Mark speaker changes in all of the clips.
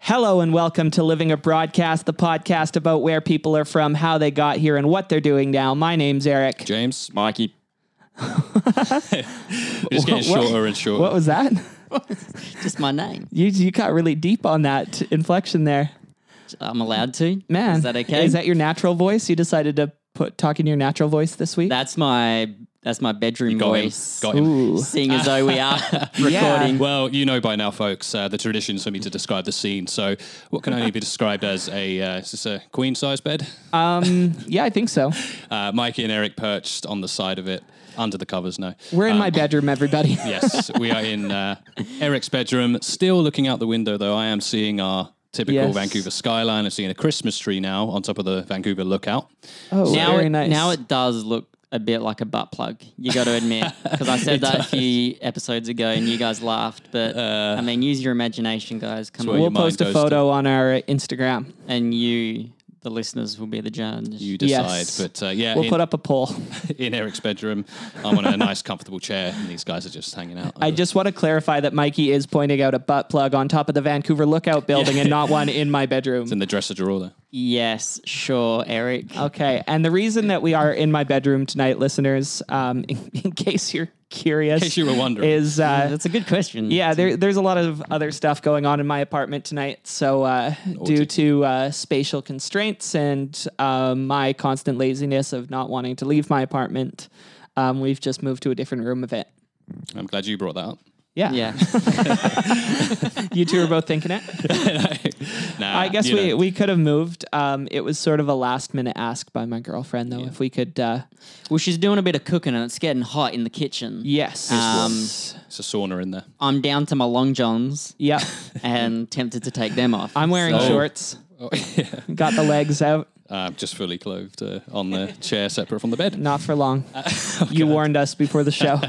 Speaker 1: Hello and welcome to Living a Broadcast, the podcast about where people are from, how they got here, and what they're doing now. My name's Eric.
Speaker 2: James, Mikey. We're just getting
Speaker 1: What- what-
Speaker 2: shorter and shorter.
Speaker 1: What was that?
Speaker 3: Just my name.
Speaker 1: You you got really deep on that inflection there,
Speaker 3: I'm allowed to.
Speaker 1: man.
Speaker 3: is that okay?
Speaker 1: Is that your natural voice? You decided to put talk in your natural voice this week.
Speaker 3: that's my that's my bedroom
Speaker 2: got him.
Speaker 3: voice.
Speaker 2: Got him.
Speaker 1: Ooh,
Speaker 3: Seeing as though we are
Speaker 1: Yeah.
Speaker 3: recording.
Speaker 2: Well, you know by now, folks, uh, the traditions for me to describe the scene. So, what can only be described as a uh, is this a queen size bed?
Speaker 1: um, yeah, I think so.
Speaker 2: Uh, Mikey and Eric perched on the side of it, under the covers. No,
Speaker 1: We're in
Speaker 2: Um,
Speaker 1: my bedroom, everybody.
Speaker 2: yes, we are in uh, Eric's bedroom. Still looking out the window, though. I am seeing our typical
Speaker 1: Yes.
Speaker 2: Vancouver skyline. I'm seeing a Christmas tree now on top of the Vancouver lookout.
Speaker 1: Oh,
Speaker 3: now
Speaker 1: very
Speaker 3: it,
Speaker 1: nice.
Speaker 3: now it does look a bit like a butt plug. You got to admit, because I said that a few episodes ago and you guys laughed. But
Speaker 2: Uh,
Speaker 3: I mean, use your imagination, guys. Come
Speaker 2: where
Speaker 3: on,
Speaker 2: you-
Speaker 1: we'll
Speaker 2: your mind
Speaker 1: post a
Speaker 2: goes
Speaker 1: photo on our Instagram.
Speaker 3: and you, the listeners, will be the judge.
Speaker 2: You decide,
Speaker 1: Yes.
Speaker 2: but uh, yeah,
Speaker 1: We'll
Speaker 2: in-
Speaker 1: put up a poll.
Speaker 2: in Eric's bedroom. I'm on a nice, comfortable chair, and these guys are just hanging out.
Speaker 1: I just want to clarify that Mikey is pointing out a butt plug on top of the Vancouver Lookout Building and not one in my bedroom.
Speaker 2: in the dresser drawer there.
Speaker 3: yes, sure, Eric.
Speaker 1: Okay. And the reason that we are in my bedroom tonight, listeners, um, in, in case you're curious, in
Speaker 2: case you were wondering.
Speaker 1: is uh,
Speaker 3: That's a good question.
Speaker 1: yeah, there, there's a lot of other stuff going on in my apartment tonight. So, uh,
Speaker 2: Oh,
Speaker 1: due to uh, spatial constraints and um, my constant laziness of not wanting to leave my apartment, um, we've just moved to a different room of it.
Speaker 2: I'm glad you brought that up.
Speaker 1: Yeah.
Speaker 3: Yeah.
Speaker 1: You two are both thinking it.
Speaker 2: Nah,
Speaker 1: I guess
Speaker 2: you
Speaker 1: we,
Speaker 2: know.
Speaker 1: we could have moved. Um, it was sort of a last minute ask by my girlfriend, though, if we could. Uh,
Speaker 3: well, she's doing a bit of cooking and it's getting hot in the kitchen.
Speaker 1: yes.
Speaker 3: Um,
Speaker 2: it's a sauna in there.
Speaker 3: I'm down to my long johns
Speaker 1: yep.
Speaker 3: and tempted to take them off.
Speaker 1: I'm wearing
Speaker 2: So-
Speaker 1: shorts.
Speaker 2: Oh, yeah.
Speaker 1: Got the legs out.
Speaker 2: Uh, just fully clothed uh, on the chair, separate from the bed.
Speaker 1: Not for long. you warned us before the show.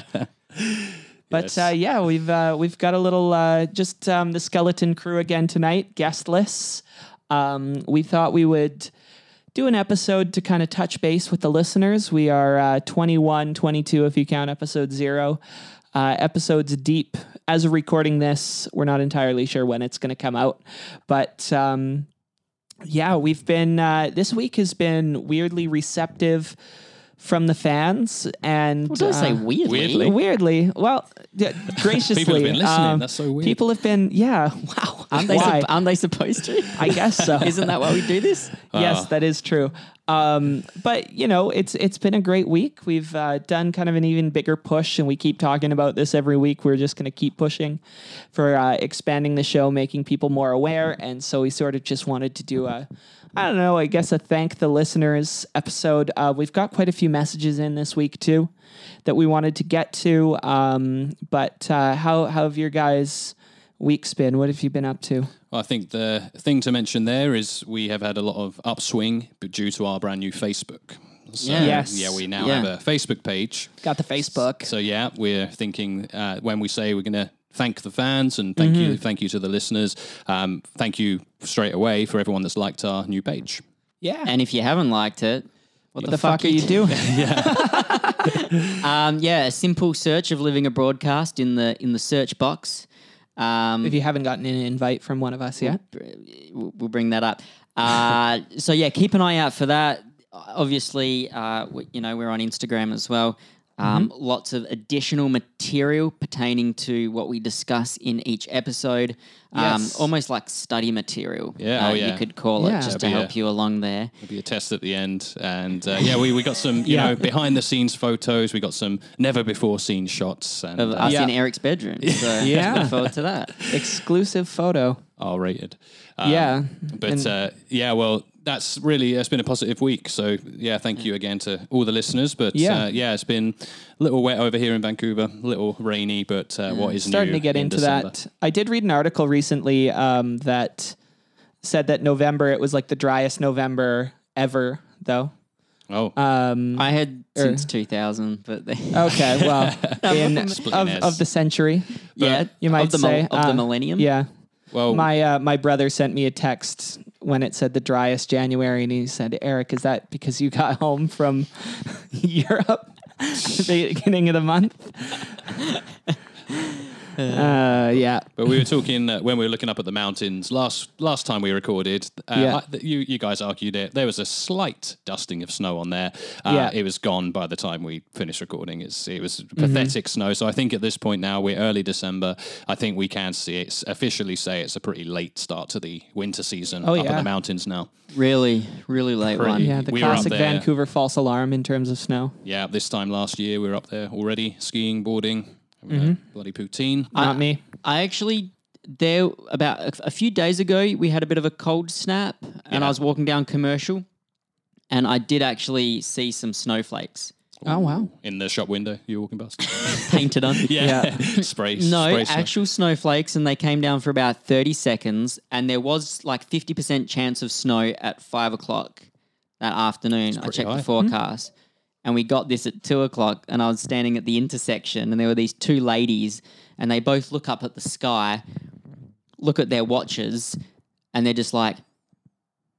Speaker 1: But
Speaker 2: Yes.
Speaker 1: uh, yeah, we've uh, we've got a little uh, just um, the skeleton crew again tonight, guestless. Um, we thought we would do an episode to kind of touch base with the listeners. We are uh, 21, 22 if you count episode zero. Uh, episodes deep as of recording this. We're not entirely sure when it's going to come out, but um, yeah, we've been uh, this week has been weirdly receptive from the fans, and
Speaker 3: Well, don't say
Speaker 1: uh,
Speaker 3: weirdly.
Speaker 2: weirdly.
Speaker 1: Weirdly, well, d- graciously, um,
Speaker 2: People have been listening. That's so weird.
Speaker 1: People have been, yeah. Wow,
Speaker 3: Aren't they,
Speaker 1: Why?
Speaker 3: supp- aren't they supposed to?
Speaker 1: I guess so.
Speaker 3: Isn't that why we do this?
Speaker 2: Wow.
Speaker 1: yes, that is true. Um, but you know, it's it's been a great week. We've uh, done kind of an even bigger push, and we keep talking about this every week. We're just going to keep pushing for uh, expanding the show, making people more aware, and so we sort of just wanted to do a, I don't know, I guess a thank the listeners episode. Uh, we've got quite a few messages in this week too that we wanted to get to. Um, but uh, how how have your guys' weeks been? What have you been up to?
Speaker 2: Well, I think the thing to mention there is we have had a lot of upswing but due to our brand new Facebook. So,
Speaker 3: Yeah.
Speaker 1: Yes.
Speaker 2: yeah, we now
Speaker 3: Yeah.
Speaker 2: have a Facebook page.
Speaker 1: Got the Facebook.
Speaker 2: So yeah, we're thinking uh, when we say we're going to thank the fans and thank you,
Speaker 1: Mm-hmm.
Speaker 2: thank you to the listeners. Um, thank you straight away for everyone that's liked our new page.
Speaker 1: yeah.
Speaker 3: And if you haven't liked it, what
Speaker 1: the fuck are you doing?
Speaker 3: Um, yeah, a simple search of living a broadcast in the in the search box. Um,
Speaker 1: if you haven't gotten an invite from one of us yet.
Speaker 3: we'll we'll bring that up. Uh, so yeah, keep an eye out for that. Obviously, uh, we, you know we're on Instagram as well. Um,
Speaker 1: Mm-hmm.
Speaker 3: Lots of additional material pertaining to what we discuss in each episode. Um,
Speaker 1: Yes.
Speaker 3: Almost like study material.
Speaker 2: Yeah,
Speaker 3: uh,
Speaker 2: oh, yeah.
Speaker 3: you could call
Speaker 1: Yeah.
Speaker 3: it just to
Speaker 2: That'd be
Speaker 3: help
Speaker 2: a-
Speaker 3: you along there.
Speaker 2: It'll be a test at the end, and uh, yeah, we, we got some you
Speaker 1: Yeah.
Speaker 2: know behind the scenes photos. We got some never before seen shots, and
Speaker 3: Of
Speaker 2: uh,
Speaker 3: us
Speaker 1: Yeah.
Speaker 3: in Eric's bedroom. So
Speaker 1: Yeah.
Speaker 3: look forward to that.
Speaker 1: Exclusive photo.
Speaker 2: R rated. Um,
Speaker 1: yeah.
Speaker 2: but uh, yeah, well, that's really it's been a positive week. So yeah, thank you again to all the listeners. But
Speaker 1: Yeah.
Speaker 2: uh, yeah it's been a little wet over here in Vancouver, a little rainy. But uh, what is
Speaker 1: Mm. Starting
Speaker 2: new
Speaker 1: to get
Speaker 2: in
Speaker 1: into
Speaker 2: December?
Speaker 1: that. I did read an article recently um, that said that November, it was like the driest November ever, though.
Speaker 2: Oh,
Speaker 1: Um,
Speaker 3: I had since 2000, but they,
Speaker 1: okay. Well, in,
Speaker 2: Splitting
Speaker 1: of,
Speaker 2: hairs.
Speaker 1: of the century,
Speaker 3: yeah,
Speaker 1: you might
Speaker 3: of the, mil-
Speaker 1: say.
Speaker 3: of
Speaker 1: uh,
Speaker 3: the millennium.
Speaker 1: Yeah.
Speaker 2: well,
Speaker 1: My uh, my brother sent me a text when it said the driest January, and he said, "Eric, is that because you got home from Europe at the beginning of the month?" Uh, yeah.
Speaker 2: But we were talking uh, when we were looking up at the mountains last last time we recorded. Uh,
Speaker 1: Yeah.
Speaker 2: I, th- you you guys argued it. There was a slight dusting of snow on there. Uh,
Speaker 1: Yeah. Mm-hmm.
Speaker 2: It was gone by the time we finished recording. It's it was pathetic snow. So I think at this point now we're early December. I think we can see it's officially say it's a pretty late start to the winter season
Speaker 1: Oh,
Speaker 2: up in
Speaker 1: yeah.
Speaker 2: the mountains now.
Speaker 3: Really, really late
Speaker 2: Pretty-
Speaker 3: one.
Speaker 1: Yeah, the
Speaker 2: We were up
Speaker 1: classic
Speaker 2: there.
Speaker 1: Vancouver false alarm in terms of snow.
Speaker 2: Yeah, this time last year we were up there already skiing, boarding, having a
Speaker 1: Mm-hmm.
Speaker 2: bloody poutine.
Speaker 1: Not me.
Speaker 3: I actually there about a, a few days ago we had a bit of a cold snap, and I was walking down commercial, and I did actually see some snowflakes
Speaker 1: Oh wow.
Speaker 2: in the shop window you were walking past.
Speaker 3: painted on.
Speaker 2: Yeah, spray.
Speaker 3: No,
Speaker 2: spray snow.
Speaker 3: actual snowflakes, and they came down for about 30 seconds, and there was like 50% chance of snow at 5 o'clock that afternoon. I checked
Speaker 2: high.
Speaker 3: the forecast, and we got this at 2 o'clock, and I was standing at the intersection, and there were these two ladies, and they both look up at the sky, look at their watches, and they're just like,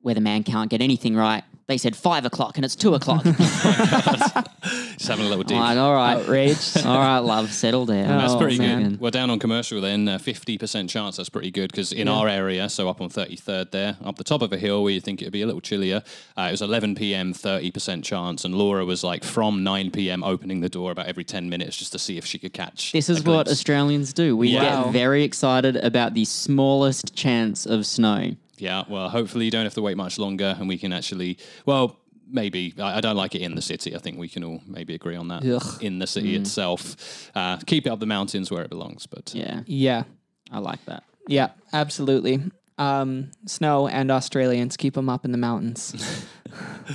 Speaker 3: weatherman can't get anything right. They said 5 o'clock, and it's 2 o'clock. I'm
Speaker 2: Just having a little dig.
Speaker 3: like, all right.
Speaker 1: Outraged.
Speaker 3: All right, love, settle down.
Speaker 1: That's
Speaker 2: That's
Speaker 1: Oh,
Speaker 2: pretty
Speaker 3: man.
Speaker 2: good. Well, down on commercial then, uh, fifty percent chance. That's pretty good because in our area, so up on Thirty Third there, up the top of a hill where you think it'd be a little chillier, uh, it was eleven p.m. thirty percent chance, and Laura was like from nine p.m. opening the door about every ten minutes just to see if she could catch.
Speaker 3: This
Speaker 2: a
Speaker 3: is what
Speaker 2: glimpse.
Speaker 3: Australians do. We
Speaker 1: Wow.
Speaker 3: get very excited about the smallest chance of snow.
Speaker 2: Yeah. Well, hopefully you don't have to wait much longer, and we can actually. Well. Maybe I I don't like it in the city. I think we can all maybe agree on that. In the city
Speaker 3: Mm.
Speaker 2: itself, uh, keep it up the mountains where it belongs. But uh,
Speaker 3: Yeah,
Speaker 1: Yeah.
Speaker 3: I like that.
Speaker 1: Yeah. Absolutely. Um, snow and Australians keep them up in the mountains.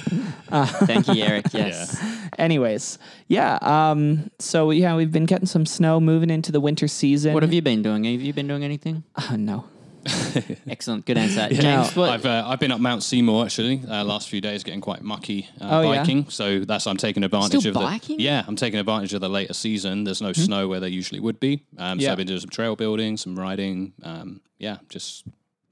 Speaker 3: Thank you, Eric. Yes.
Speaker 1: Anyways, yeah. Um, so yeah, we've been getting some snow moving into the winter season.
Speaker 3: What have you been doing? Have you been doing anything?
Speaker 1: Oh, no.
Speaker 3: Excellent. Good answer. James, what?
Speaker 2: I've uh, I've been up Mount Seymour actually. Uh, last few days getting quite mucky uh,
Speaker 1: Oh, yeah?
Speaker 2: biking, so that's I'm taking advantage
Speaker 3: Still
Speaker 2: of
Speaker 3: biking?
Speaker 2: the yeah I'm taking advantage of the later season. There's no snow where there usually would be, um,
Speaker 1: Hmm? Yeah.
Speaker 2: so I've been doing some trail building, some riding, um, yeah, just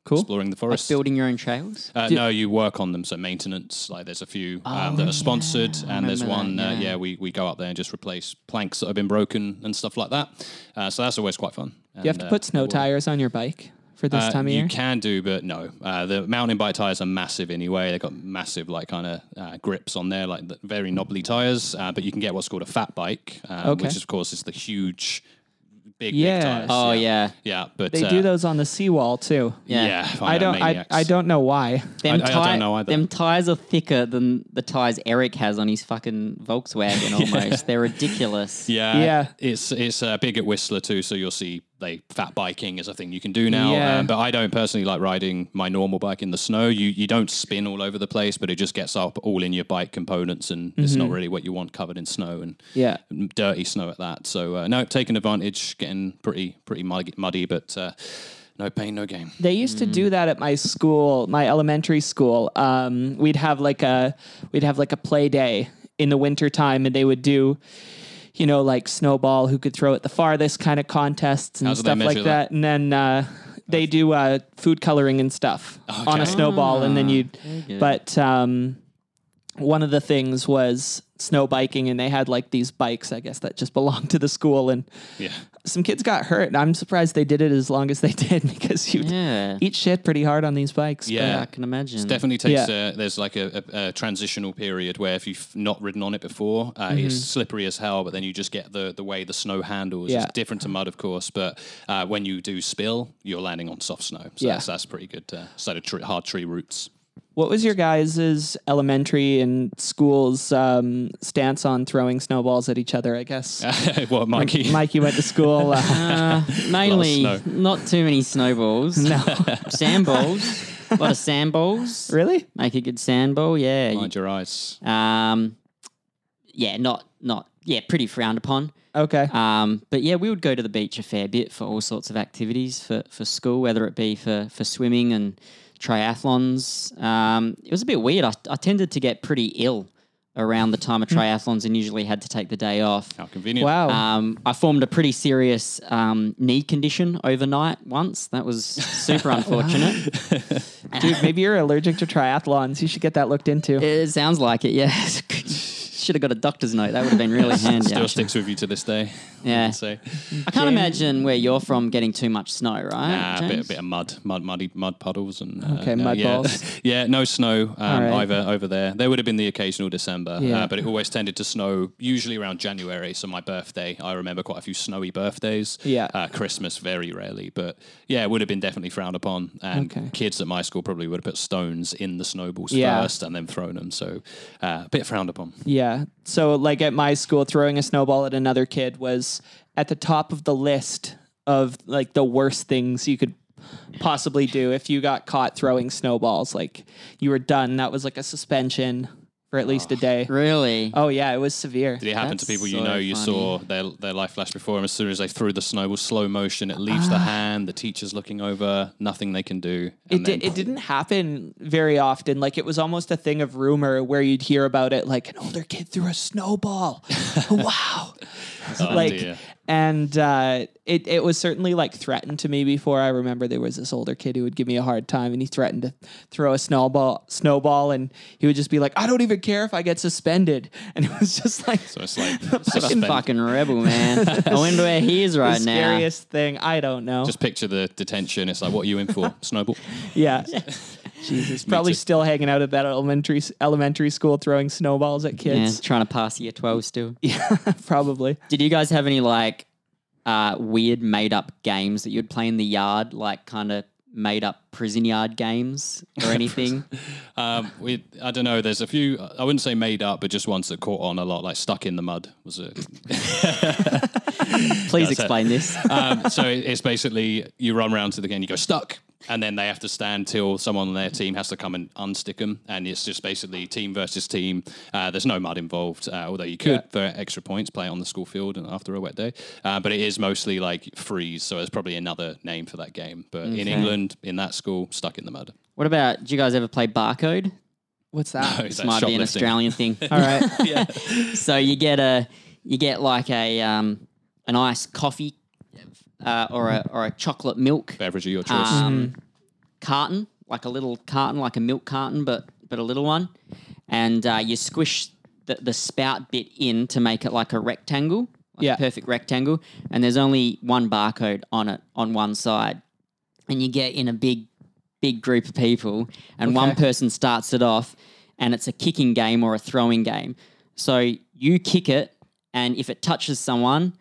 Speaker 1: Cool.
Speaker 2: exploring the forest.
Speaker 3: building your own trails?
Speaker 2: Uh, no, you work on them. So maintenance, like there's a few
Speaker 1: Oh,
Speaker 2: um, that are sponsored, and there's
Speaker 3: remember that,
Speaker 2: one. uh,
Speaker 3: yeah.
Speaker 2: yeah, we, we go up there and just replace planks that have been broken and stuff like that. Uh, so that's always quite fun.
Speaker 1: You have to put snow tires on your bike for this
Speaker 2: uh,
Speaker 1: time of
Speaker 2: you
Speaker 1: year.
Speaker 2: can do, but no. Uh, the mountain bike tires are massive anyway. They've got massive, like, kind of uh, grips on there, like the very knobbly tires. Uh, but you can get what's called a fat bike, um,
Speaker 1: Okay.
Speaker 2: which, of course, is the huge, big,
Speaker 1: Yeah.
Speaker 2: big tires.
Speaker 3: Oh yeah,
Speaker 2: Yeah, but
Speaker 1: They
Speaker 2: uh,
Speaker 1: do those on the seawall too.
Speaker 3: yeah.
Speaker 2: Yeah,
Speaker 1: I don't. I, I don't know why.
Speaker 3: Them,
Speaker 2: I- I don't know either.
Speaker 3: them tires are thicker than the tires Eric has on his fucking Volkswagen. Almost, they're ridiculous.
Speaker 2: Yeah,
Speaker 1: Yeah.
Speaker 2: It's it's uh, big at Whistler too, so you'll see they fat biking is a thing you can do now.
Speaker 1: Yeah.
Speaker 2: Um, but I don't personally like riding my normal bike in the snow. You you don't spin all over the place, but it just gets up all in your bike components, and it's not really what you want covered in snow and
Speaker 1: Mm-hmm. Yeah.
Speaker 2: dirty snow at that. So uh, no, taking advantage, getting pretty pretty muggy- muddy, but uh, no pain, no gain.
Speaker 1: They used to
Speaker 2: Mm.
Speaker 1: do that at my school, my elementary school. Um, we'd have like a we'd have like a play day in the winter time, and they would do, you know, like snowball who could throw it the farthest kind of contests and
Speaker 2: How do they
Speaker 1: stuff like
Speaker 2: measure
Speaker 1: that.
Speaker 2: that?
Speaker 1: And then uh, they do uh, food coloring and stuff on a
Speaker 2: Okay. Ah,
Speaker 1: snowball, and then you.
Speaker 3: good.
Speaker 1: But um, one of the things was snow biking, and they had like these bikes, I guess, that just belonged to the school, and
Speaker 2: Yeah,
Speaker 1: some kids got hurt. And I'm surprised they did it as long as they did because you
Speaker 3: Yeah,
Speaker 1: eat shit pretty hard on these bikes. but-
Speaker 2: yeah.
Speaker 3: I can imagine.
Speaker 2: It definitely takes
Speaker 1: Mm. Yeah.
Speaker 2: uh there's like a, a, a transitional period where if you've not ridden on it before, uh, it's slippery as hell. But then you just get the the way the snow handles.
Speaker 1: Mm-hmm. Yeah.
Speaker 2: It's different to mud, of course, but uh, when you do spill, you're landing on soft snow. So
Speaker 1: Yeah.
Speaker 2: that's, that's pretty good. Uh, instead of tree, hard tree roots.
Speaker 1: What was your guys' elementary and school's um, stance on throwing snowballs at each other? I guess
Speaker 2: what, Mikey?
Speaker 1: Mike, you went to school. Uh,
Speaker 3: Uh, mainly,
Speaker 2: snow.
Speaker 3: not too many snowballs.
Speaker 1: no,
Speaker 3: sandballs. a lot of sandballs.
Speaker 1: really?
Speaker 3: Make a good sandball, yeah.
Speaker 2: Mind your eyes.
Speaker 3: Um, yeah, not not yeah, pretty frowned upon.
Speaker 1: Okay.
Speaker 3: Um, but yeah, we would go to the beach a fair bit for all sorts of activities for, for school, whether it be for, for swimming and triathlons. Um, it was a bit weird. I, I tended to get pretty ill around the time of triathlons and usually had to take the day off.
Speaker 2: How convenient.
Speaker 1: Wow.
Speaker 3: Um, I formed a pretty serious um, knee condition overnight once. That was super unfortunate.
Speaker 1: Dude, maybe you're allergic to triathlons. You should get that looked into.
Speaker 3: It sounds like it, yeah. Should have got a doctor's note. That would have been really handy.
Speaker 2: Still
Speaker 3: actually.
Speaker 2: sticks with you to this day.
Speaker 3: Yeah.
Speaker 2: So,
Speaker 3: I can't imagine where you're from getting too much snow,
Speaker 2: nah,
Speaker 3: right?
Speaker 2: a bit, a
Speaker 3: James?
Speaker 2: bit of mud, mud, muddy, mud puddles, and uh,
Speaker 1: Okay,
Speaker 2: no,
Speaker 1: mud
Speaker 2: yeah.
Speaker 1: balls.
Speaker 2: yeah, no snow um,
Speaker 1: right.
Speaker 2: either over there. There would have been the occasional December,
Speaker 1: Yeah.
Speaker 2: uh, but it always tended to snow usually around January. So my birthday, I remember quite a few snowy birthdays.
Speaker 1: Yeah.
Speaker 2: uh, Christmas very rarely, but yeah, it would have been definitely frowned upon. And
Speaker 1: Okay.
Speaker 2: kids at my school probably would have put stones in the snowballs
Speaker 1: Yeah.
Speaker 2: first and then thrown them. So uh, a bit frowned upon.
Speaker 1: Yeah. So, like at my school, throwing a snowball at another kid was at the top of the list of like the worst things you could possibly do if you got caught throwing snowballs. Like you were done. That was like a suspension for at least a day.
Speaker 3: Really?
Speaker 1: Oh yeah, it was severe.
Speaker 2: Did it happen to
Speaker 3: That's
Speaker 2: people you
Speaker 3: so
Speaker 2: know you
Speaker 3: funny.
Speaker 2: saw their, their life flash before them as soon as they threw the snowball slow motion, it leaves
Speaker 3: Ah.
Speaker 2: the hand, the teacher's looking over, nothing they can do.
Speaker 1: It,
Speaker 2: then-
Speaker 1: did, it didn't happen very often. Like it was almost a thing of rumor where you'd hear about it, like an older kid threw a snowball. wow.
Speaker 2: Oh,
Speaker 1: like
Speaker 2: dear.
Speaker 1: and uh, it it was certainly like threatened to me before. I remember there was this older kid who would give me a hard time, and he threatened to throw a snowball snowball, and he would just be like, "I don't even care if I get suspended," and it was just like
Speaker 2: So it's like
Speaker 3: Fucking
Speaker 2: suspend.
Speaker 3: fucking rebel, man. I wonder where he is
Speaker 1: the
Speaker 3: right now.
Speaker 1: scariest thing. I don't know.
Speaker 2: Just picture the detention. It's like, what are you in for? Snowball.
Speaker 1: yeah. Jesus, probably
Speaker 2: too.
Speaker 1: still hanging out at that elementary s- elementary school throwing snowballs at
Speaker 3: Yeah,
Speaker 1: kids.
Speaker 3: trying to pass year 12 still.
Speaker 1: yeah probably.
Speaker 3: Did you guys have any like uh, weird made up games that you'd play in the yard, like kind of made up prison yard games or anything?
Speaker 2: Um, we, I don't know. There's a few. I wouldn't say made up, but just ones that caught on a lot. Like stuck in the mud was a
Speaker 3: Please
Speaker 2: That's it.
Speaker 3: explain this.
Speaker 2: um, so it- it's basically you run round to the game, you go stuck, and then they have to stand till someone on their team has to come and unstick them. And it's just basically team versus team. Uh, there's no mud involved, uh, although you could for extra points play it on the school field and after a wet day. Uh, but it is mostly like freeze, so there's probably another name for that game. But in
Speaker 3: Okay.
Speaker 2: England, in that school, stuck in the mud.
Speaker 3: What about, do you guys ever play barcode?
Speaker 1: What's that?
Speaker 2: It's
Speaker 3: This
Speaker 2: like
Speaker 3: might be
Speaker 2: shoplifting.
Speaker 3: an Australian thing.
Speaker 1: All right.
Speaker 3: so you get a, you get like a, um, an iced coffee uh, or, a, or a chocolate milk
Speaker 2: Beverage of your choice.
Speaker 3: um, carton, like a little carton, like a milk carton, but but a little one, and uh, you squish the, the spout bit in to make it like a rectangle, like
Speaker 1: Yeah.
Speaker 3: a perfect rectangle. And there's only one barcode on it on one side, and you get in a big big group of people, and one
Speaker 1: Okay.
Speaker 3: person starts it off, and it's a kicking game or a throwing game. So you kick it, and if it touches someone,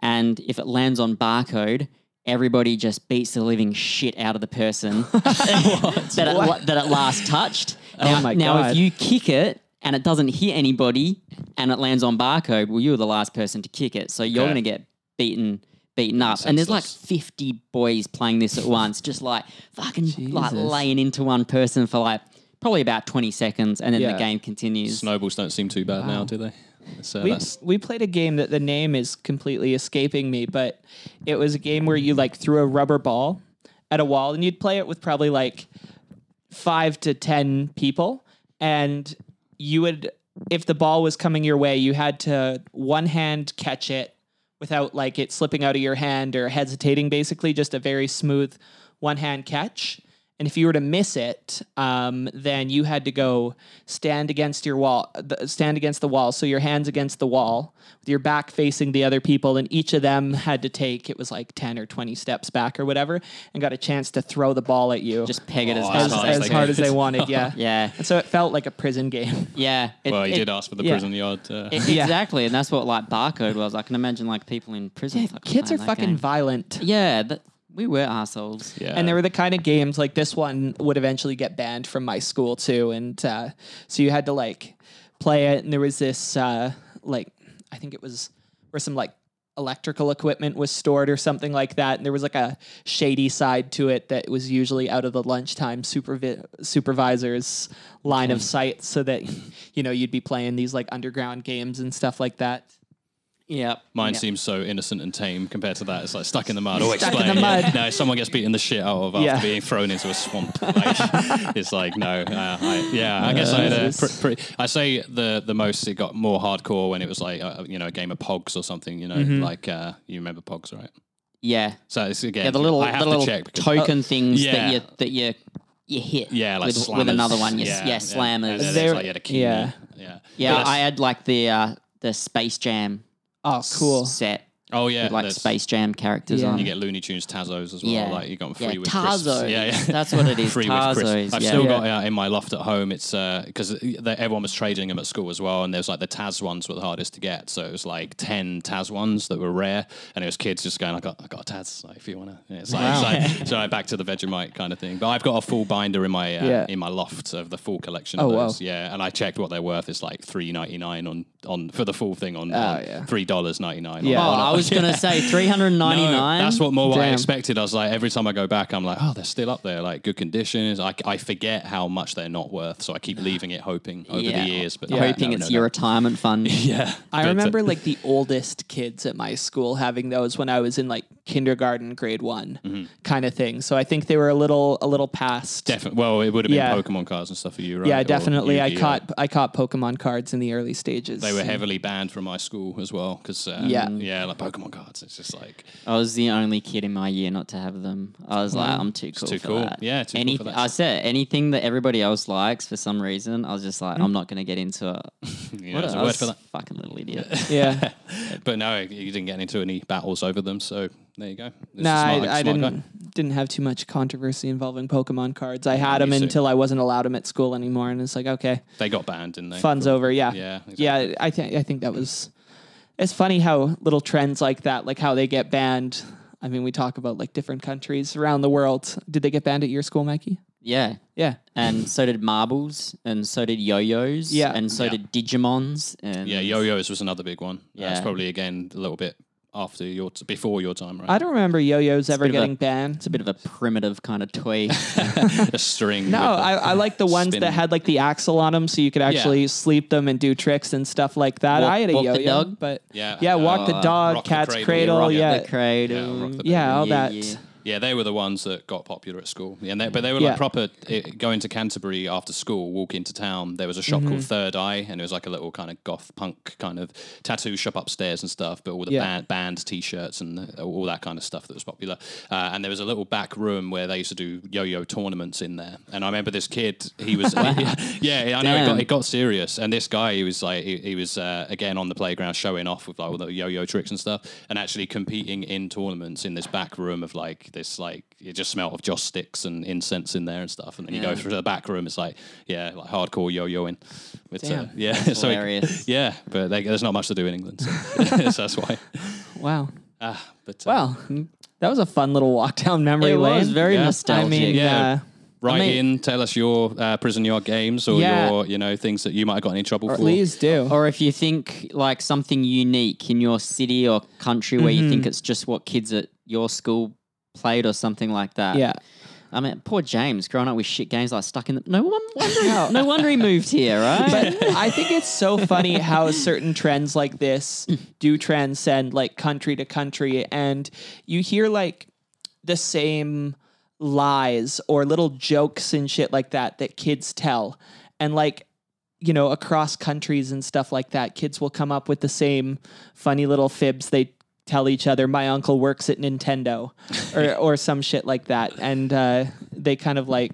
Speaker 3: and if it lands on barcode, everybody just beats the living shit out of the person that, it, la- that it last touched. now,
Speaker 1: Oh my
Speaker 3: now
Speaker 1: God.
Speaker 3: if you kick it and it doesn't hit anybody and it lands on barcode, well, you're the last person to kick it, so you're
Speaker 2: Okay.
Speaker 3: going to get beaten. Beaten up, and there's like
Speaker 2: Senseless.
Speaker 3: 50 boys playing this at once, just like fucking like
Speaker 1: Jesus.
Speaker 3: laying into one person for like probably about 20 seconds, and then
Speaker 1: Yeah.
Speaker 3: the game continues.
Speaker 2: Snowballs don't seem too bad now, do they? So
Speaker 1: We,
Speaker 2: that's
Speaker 1: we played a game that the name is completely escaping me, but it was a game where you like threw a rubber ball at a wall and you'd play it with probably like five to 10 people. And you would, if the ball was coming your way, you had to one hand catch it without like it slipping out of your hand or hesitating, basically, just a very smooth one hand catch. And if you were to miss it, um, then you had to go stand against your wall, th- stand against the wall. So your hands against the wall, with your back facing the other people, and each of them had to take it was like ten or twenty steps back or whatever, and got a chance to throw the ball at you
Speaker 3: just peg it as,
Speaker 2: Oh,
Speaker 3: hard
Speaker 1: as,
Speaker 3: as,
Speaker 1: as,
Speaker 2: hard
Speaker 3: they
Speaker 2: as
Speaker 3: can.
Speaker 1: hard as they
Speaker 2: could.
Speaker 1: wanted. Yeah,
Speaker 3: Yeah,
Speaker 1: And so it felt like a prison game.
Speaker 3: yeah. It-
Speaker 2: well, you
Speaker 3: it-
Speaker 2: did ask for the
Speaker 1: yeah.
Speaker 2: prison yard. Uh,
Speaker 3: It-
Speaker 1: Yeah.
Speaker 3: Exactly, and that's what like barcode was. I can imagine like people in prison. fucking
Speaker 1: Kids are
Speaker 3: playing that
Speaker 1: fucking
Speaker 3: game.
Speaker 1: violent.
Speaker 3: yeah, that, we were assholes.
Speaker 2: yeah.
Speaker 1: And they were the kind of games like this one would eventually get banned from my school too. And uh, so you had to like play it. And there was this uh, like, I think it was where some like electrical equipment was stored or something like that. And there was like a shady side to it that was usually out of the lunchtime supervi- supervisor's line
Speaker 3: Hmm.
Speaker 1: of sight so that, you know, you'd be playing these like underground games and stuff like that.
Speaker 3: Yep.
Speaker 2: Mine
Speaker 3: Yep.
Speaker 2: seems so innocent and tame compared to that. It's like stuck in the mud. Oh,
Speaker 1: Stuck in
Speaker 2: explain.
Speaker 1: the
Speaker 2: yeah.
Speaker 1: mud.
Speaker 2: No, someone gets beaten the shit out of after
Speaker 1: Yeah.
Speaker 2: being thrown into a swamp. Like, it's like no. Uh, I, yeah, I guess I had a.
Speaker 1: Jesus.
Speaker 2: Pr- pr- I say the the most it got more hardcore when it was like uh, you know a game of Pogs or something. You know,
Speaker 3: Mm-hmm.
Speaker 2: like uh, you remember Pogs, right?
Speaker 3: Yeah.
Speaker 2: So it's again.
Speaker 3: Yeah, the little
Speaker 2: I have
Speaker 3: the little
Speaker 2: to check because-
Speaker 3: token
Speaker 1: Oh.
Speaker 3: things
Speaker 2: yeah.
Speaker 3: that you that you you hit.
Speaker 2: yeah, like
Speaker 3: with,
Speaker 2: slammers.
Speaker 3: with another one. Yes.
Speaker 2: Yeah,
Speaker 3: Yeah,
Speaker 2: And
Speaker 3: slammers.
Speaker 2: then
Speaker 1: They're-
Speaker 2: it's like you had a key.
Speaker 1: yeah.
Speaker 2: Yeah.
Speaker 3: yeah,
Speaker 2: But that's-
Speaker 3: I had like the uh, the Space Jam
Speaker 1: Oh, cool.
Speaker 3: set.
Speaker 2: Oh yeah,
Speaker 3: like
Speaker 2: there's-
Speaker 3: Space Jam characters
Speaker 1: Yeah.
Speaker 3: on.
Speaker 2: You get Looney Tunes Tazos as well.
Speaker 3: Yeah.
Speaker 2: Like you got 'em free
Speaker 3: Yeah,
Speaker 2: with crisps.
Speaker 3: Tazos.
Speaker 2: Yeah, yeah.
Speaker 3: That's what it is,
Speaker 2: free with
Speaker 3: Tazos,
Speaker 2: crisps. I've
Speaker 3: yeah.
Speaker 2: still
Speaker 1: Yeah.
Speaker 2: got uh, in my loft at home. It's because everyone was trading them at school as well, and there was like the Taz ones were the hardest to get. So it was like ten Taz ones that were rare, and it was kids just going, "I got, I got a Taz. Like, if you wanna." And it's like, it's like- so like back to the Vegemite kind of thing. But I've got a full binder in my uh,
Speaker 1: Yeah.
Speaker 2: in my loft of the full collection.
Speaker 1: Oh,
Speaker 2: of
Speaker 1: wow.
Speaker 2: those. Yeah, and I checked what they're worth. It's like three ninety nine on on for the full thing on, um,
Speaker 1: yeah.
Speaker 2: three dollars ninety nine.
Speaker 1: Yeah.
Speaker 3: Oh, I was gonna say three hundred ninety nine.
Speaker 2: No, that's what more what I
Speaker 1: Damn.
Speaker 2: expected. I was like, every time I go back, I'm like, oh, they're still up there, like good conditions. I, I forget how much they're not worth, so I keep leaving it, hoping over the years, but no,
Speaker 3: hoping
Speaker 2: no,
Speaker 3: it's
Speaker 2: no,
Speaker 3: your
Speaker 2: no.
Speaker 3: retirement fund.
Speaker 2: yeah.
Speaker 1: I
Speaker 2: But, uh,
Speaker 1: remember like the oldest kids at my school having those when I was in like kindergarten, grade one,
Speaker 2: Mm-hmm.
Speaker 1: kind of thing. So I think they were a little a little past.
Speaker 2: defi- well, it would have been
Speaker 1: Yeah.
Speaker 2: Pokemon cards and stuff for you, right?
Speaker 1: yeah,
Speaker 2: Or
Speaker 1: definitely. I
Speaker 2: Yu-Gi-Oh.
Speaker 1: caught I caught Pokemon cards in the early stages.
Speaker 2: They were heavily banned from my school as well because uh,
Speaker 1: Yeah.
Speaker 2: yeah, yeah, like Pokemon cards. It's just like
Speaker 3: I was the only kid in my year not to have them. I was like, I'm too cool
Speaker 2: too
Speaker 3: for
Speaker 2: cool.
Speaker 3: that.
Speaker 2: Yeah, too cool for
Speaker 3: Any-
Speaker 2: that.
Speaker 3: I said anything that everybody else likes for some reason. I was just like, I'm not gonna get into it.
Speaker 2: you know,
Speaker 3: what
Speaker 2: there's a Hmm.
Speaker 3: a, I
Speaker 2: word
Speaker 3: was
Speaker 2: for that.
Speaker 3: fucking little idiot.
Speaker 1: Yeah.
Speaker 2: But no, you didn't get into any battles over them, so there you go. It's a
Speaker 1: no, I,
Speaker 2: smart-
Speaker 1: I
Speaker 2: smart
Speaker 1: didn't
Speaker 2: guy.
Speaker 1: didn't have too much controversy involving Pokemon cards. I had
Speaker 2: me
Speaker 1: them
Speaker 2: too.
Speaker 1: until I wasn't allowed them at school anymore, and it's like okay,
Speaker 2: They got banned, didn't they?
Speaker 1: fun's over. Yeah,
Speaker 2: Yeah, exactly.
Speaker 1: yeah. I think I think that was. It's funny how little trends like that, like how they get banned. I mean, we talk about like different countries around the world. Did they get banned at your school, Mikey?
Speaker 3: yeah.
Speaker 1: Yeah.
Speaker 3: And so did marbles, and so did yo-yos,
Speaker 1: Yeah.
Speaker 3: and so
Speaker 2: Yeah.
Speaker 3: did Digimons, and
Speaker 2: Yeah, yo-yos was another big one. Yeah, it's
Speaker 3: Yeah.
Speaker 2: probably again a little bit after your t- before your time, right?
Speaker 1: I don't remember yo-yos ever
Speaker 3: bit of a-
Speaker 1: getting banned.
Speaker 3: It's a bit of a primitive kind of toy.
Speaker 2: a string.
Speaker 1: No,
Speaker 2: with the-
Speaker 1: I, I like the ones that
Speaker 2: spinning.
Speaker 1: had like the axle on them, so you could actually sleep them and do tricks and stuff like that.
Speaker 3: Walk-
Speaker 1: I had a
Speaker 3: walk the
Speaker 1: yo-yo,
Speaker 3: dog?
Speaker 1: but
Speaker 2: Yeah.
Speaker 1: yeah, walk the
Speaker 3: Uh,
Speaker 1: dog,
Speaker 2: rock the
Speaker 1: cat's
Speaker 2: cradle,
Speaker 3: Oh,
Speaker 1: cradle,
Speaker 2: rock it.
Speaker 1: yeah,
Speaker 3: the cradle.
Speaker 2: rock the
Speaker 1: yeah, all
Speaker 3: Yeah,
Speaker 1: that.
Speaker 3: yeah.
Speaker 2: yeah, they were the ones that got popular at school. Yeah, and they, but they were like
Speaker 1: Yeah.
Speaker 2: proper it, going to Canterbury after school, walk into town. There was a shop
Speaker 1: Mm-hmm.
Speaker 2: called Third Eye, and it was like a little kind of goth punk kind of tattoo shop upstairs and stuff. But all the
Speaker 1: Yeah.
Speaker 2: band, band t-shirts and all that kind of stuff that was popular. Uh, and there was a little back room where they used to do yo-yo tournaments in there. And I remember this kid, he was yeah, yeah, I know it
Speaker 3: Damn.
Speaker 2: got, it got serious. And this guy, he was like, he, he was uh, again on the playground showing off with like all the yo-yo tricks and stuff, and actually competing in tournaments in this back room of like this like it just smelled of joss sticks and incense in there and stuff. And then you go
Speaker 3: Yeah.
Speaker 2: through the back room, it's like yeah, like hardcore yo-yoing. It's, uh,
Speaker 1: Damn.
Speaker 2: yeah, so it-
Speaker 3: hilarious.
Speaker 2: yeah, but they, there's not much to do in England, so, so that's why.
Speaker 1: Wow,
Speaker 2: Ah, but uh,
Speaker 1: well, that was a fun little walk down memory
Speaker 3: It
Speaker 1: lane.
Speaker 3: was very
Speaker 2: Yeah.
Speaker 1: I
Speaker 3: nostalgic.
Speaker 1: mean,
Speaker 2: Yeah.
Speaker 1: uh,
Speaker 2: Write
Speaker 3: I mean-
Speaker 2: in, tell us your uh, prison yard games or
Speaker 1: Yeah.
Speaker 2: your, you know, things that you might have gotten in trouble for.
Speaker 1: please do.
Speaker 3: Or if you think like something unique in your city or country where you
Speaker 1: Mm-hmm.
Speaker 3: think it's just what kids at your school played or something like that.
Speaker 1: yeah,
Speaker 3: I mean, poor James growing up with shit games like stuck in the. No one wonder,
Speaker 1: No.
Speaker 3: no. wonder he moved here, right?
Speaker 1: but I think it's so funny how certain trends like this do transcend like country to country, and you hear like the same lies or little jokes and shit like that that kids tell, and like you know across countries and stuff like that, kids will come up with the same funny little fibs they tell each other. My uncle works at Nintendo, or or some shit like that, and uh, they kind of like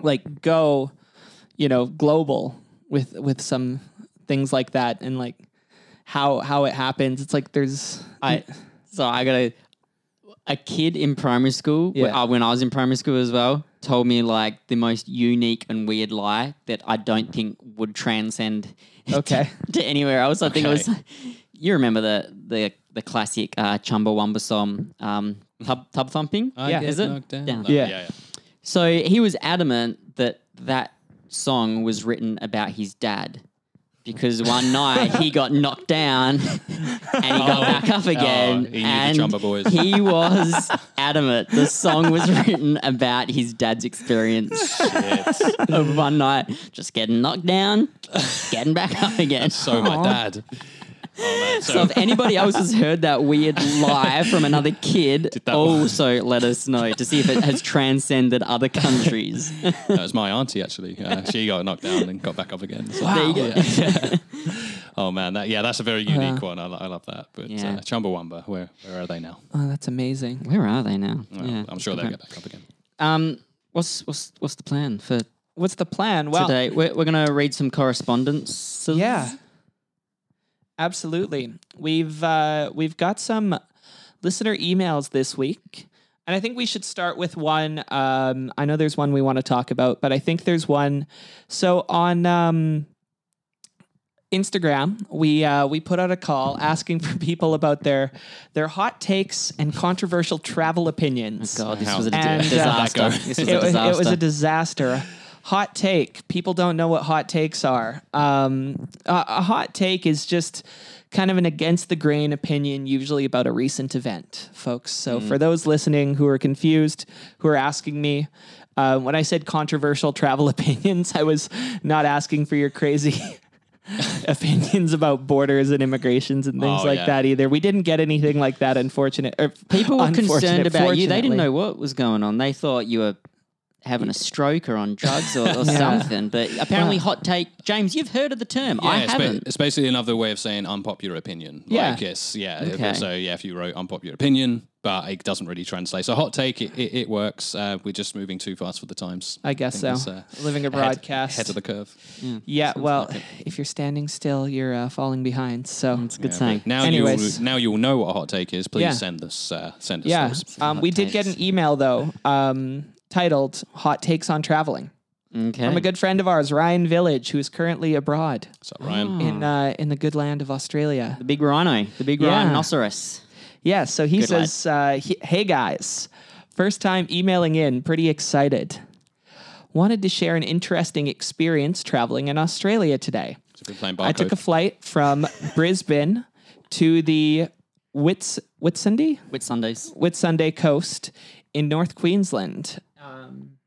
Speaker 1: like go you know global with with some things like that and like how how it happens it's like there's
Speaker 3: I, so I got a, a kid in primary school, wh-
Speaker 1: Yeah.
Speaker 3: uh, when I was in primary school as well, told me like the most unique and weird lie that I don't think would transcend
Speaker 1: Okay.
Speaker 3: to, to anywhere else. I think it was,
Speaker 2: Okay.
Speaker 3: you remember the, the, the classic uh, Chumbawamba song, um, tub, tub thumping?
Speaker 2: I
Speaker 1: Yeah.
Speaker 2: get
Speaker 1: Is
Speaker 3: it?
Speaker 2: knocked down.
Speaker 3: Down.
Speaker 2: No,
Speaker 1: Yeah.
Speaker 2: yeah.
Speaker 3: So he was adamant that that song was written about his dad because one night he got knocked down and he got
Speaker 2: Oh.
Speaker 3: back up again.
Speaker 2: Oh, he knew the
Speaker 3: and
Speaker 2: Chumba Boys.
Speaker 3: He was adamant the song was written about his dad's experience
Speaker 2: yeah. Shit.
Speaker 3: of one night just getting knocked down, getting back up again.
Speaker 2: So my dad. Oh man. So,
Speaker 3: So if anybody else has heard that weird lie from another kid,
Speaker 2: that
Speaker 3: also let us know to see if it has transcended other countries.
Speaker 2: that was my auntie actually. Uh, she got knocked down and got back up again. So-
Speaker 3: There you go. Uh-huh.
Speaker 2: Yeah. oh man, that yeah, that's a very unique one. I, lo- I love that. But
Speaker 3: Yeah.
Speaker 2: uh, Chumbawamba, where where are they now?
Speaker 1: oh that's amazing
Speaker 3: Where are they now?
Speaker 2: Well, I'm sure they'll get back up again.
Speaker 3: Um, what's what's what's the plan for
Speaker 1: what's the plan well
Speaker 3: Oh today? We're, we're gonna read some correspondence.
Speaker 1: yeah Absolutely. We've uh, we've got some listener emails this week, and I think we should start with one. Um, I know there's one we want to talk about, but I think there's one. So on um, Instagram, we uh, we put out a call asking for people about their their hot takes and controversial travel opinions.
Speaker 3: God, this
Speaker 2: How-
Speaker 3: was a
Speaker 1: And, uh,
Speaker 3: di- disaster.
Speaker 2: How'd that go?
Speaker 3: This was
Speaker 1: it,
Speaker 3: a
Speaker 1: was, it was a
Speaker 3: disaster.
Speaker 1: disaster. Hot take. People don't know what hot takes are. Um, a, a hot take is just kind of an against the grain opinion, usually about a recent event, folks. So
Speaker 3: Hmm.
Speaker 1: for those listening who are confused, who are asking me, uh, when I said controversial travel opinions, I was not asking for your crazy. opinions about borders and immigrations and things
Speaker 2: Oh,
Speaker 1: like
Speaker 2: yeah.
Speaker 1: that either we didn't get anything like that unfortunate er, or
Speaker 3: People were concerned
Speaker 1: unfortunate-
Speaker 3: about you. They
Speaker 1: fortunately.
Speaker 3: didn't know what was going on. They thought you were having a stroke or on drugs or, or something. But apparently, hot take. James, you've heard of the term. I
Speaker 2: it's, ba-
Speaker 3: haven't.
Speaker 2: it's basically another way of saying unpopular opinion.
Speaker 1: Yeah.
Speaker 2: Like it's, yeah. if-
Speaker 3: Okay.
Speaker 2: So, yeah, if you wrote unpopular opinion, but it doesn't really translate. So, hot take, it, it, it works. Uh, we're just moving too fast for the times.
Speaker 1: I guess
Speaker 2: think
Speaker 1: so.
Speaker 2: it's, uh,
Speaker 1: Living a
Speaker 2: ahead-
Speaker 1: broadcast.
Speaker 2: Ahead of the curve.
Speaker 1: Yeah, well, if you're standing still, you're uh, falling behind. So
Speaker 3: Mm, It's a good
Speaker 2: Yeah,
Speaker 3: saying.
Speaker 2: but Now
Speaker 1: Anyways.
Speaker 2: you now you'll know what a hot take is. Please
Speaker 1: Yeah.
Speaker 2: send us uh, send us
Speaker 1: yeah,
Speaker 2: those.
Speaker 1: um, we did get an email though, um, titled "Hot Takes on Traveling"
Speaker 3: okay.
Speaker 1: from a good friend of ours, Ryan Village, who is currently abroad
Speaker 2: So Ryan,
Speaker 1: in uh, in the good land of Australia.
Speaker 3: the big rhino, the big
Speaker 1: Yeah.
Speaker 3: rhinoceros.
Speaker 1: Yeah, so he
Speaker 3: Good lad.
Speaker 1: says, uh, he- Hey guys, first time emailing in, pretty excited. Wanted to share an interesting experience traveling in Australia today.
Speaker 2: so we're playing
Speaker 1: I
Speaker 2: barcode.
Speaker 1: took a flight from Brisbane to the Whits Whitsunday
Speaker 3: With Sundays.
Speaker 1: Whitsunday coast in North Queensland. Um,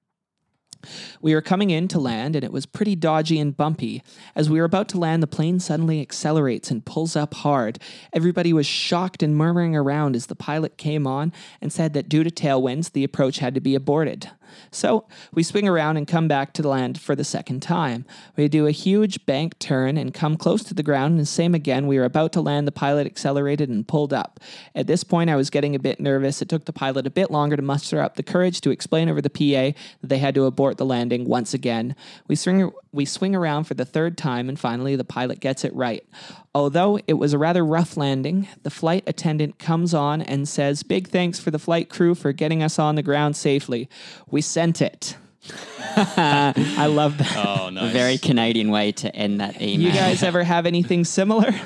Speaker 1: we were coming in to land and it was pretty dodgy and bumpy. As we were about to land, the plane suddenly accelerates and pulls up hard. Everybody was shocked and murmuring around as the pilot came on and said that due to tailwinds, the approach had to be aborted. So we swing around and come back to the land for the second time. We do a huge bank turn and come close to the ground, and same again. We were about to land, the pilot accelerated and pulled up. At this point, I was getting a bit nervous. It took the pilot a bit longer to muster up the courage to explain over the PA that they had to abort the landing once again. We swing, we swing around for the third time, and finally, the pilot gets it right. Although it was a rather rough landing, the flight attendant comes on and says, Big thanks for the flight crew for getting us on the ground safely. We sent it. I love that.
Speaker 2: oh nice.
Speaker 3: Very Canadian way to end that email.
Speaker 1: You guys ever have anything similar?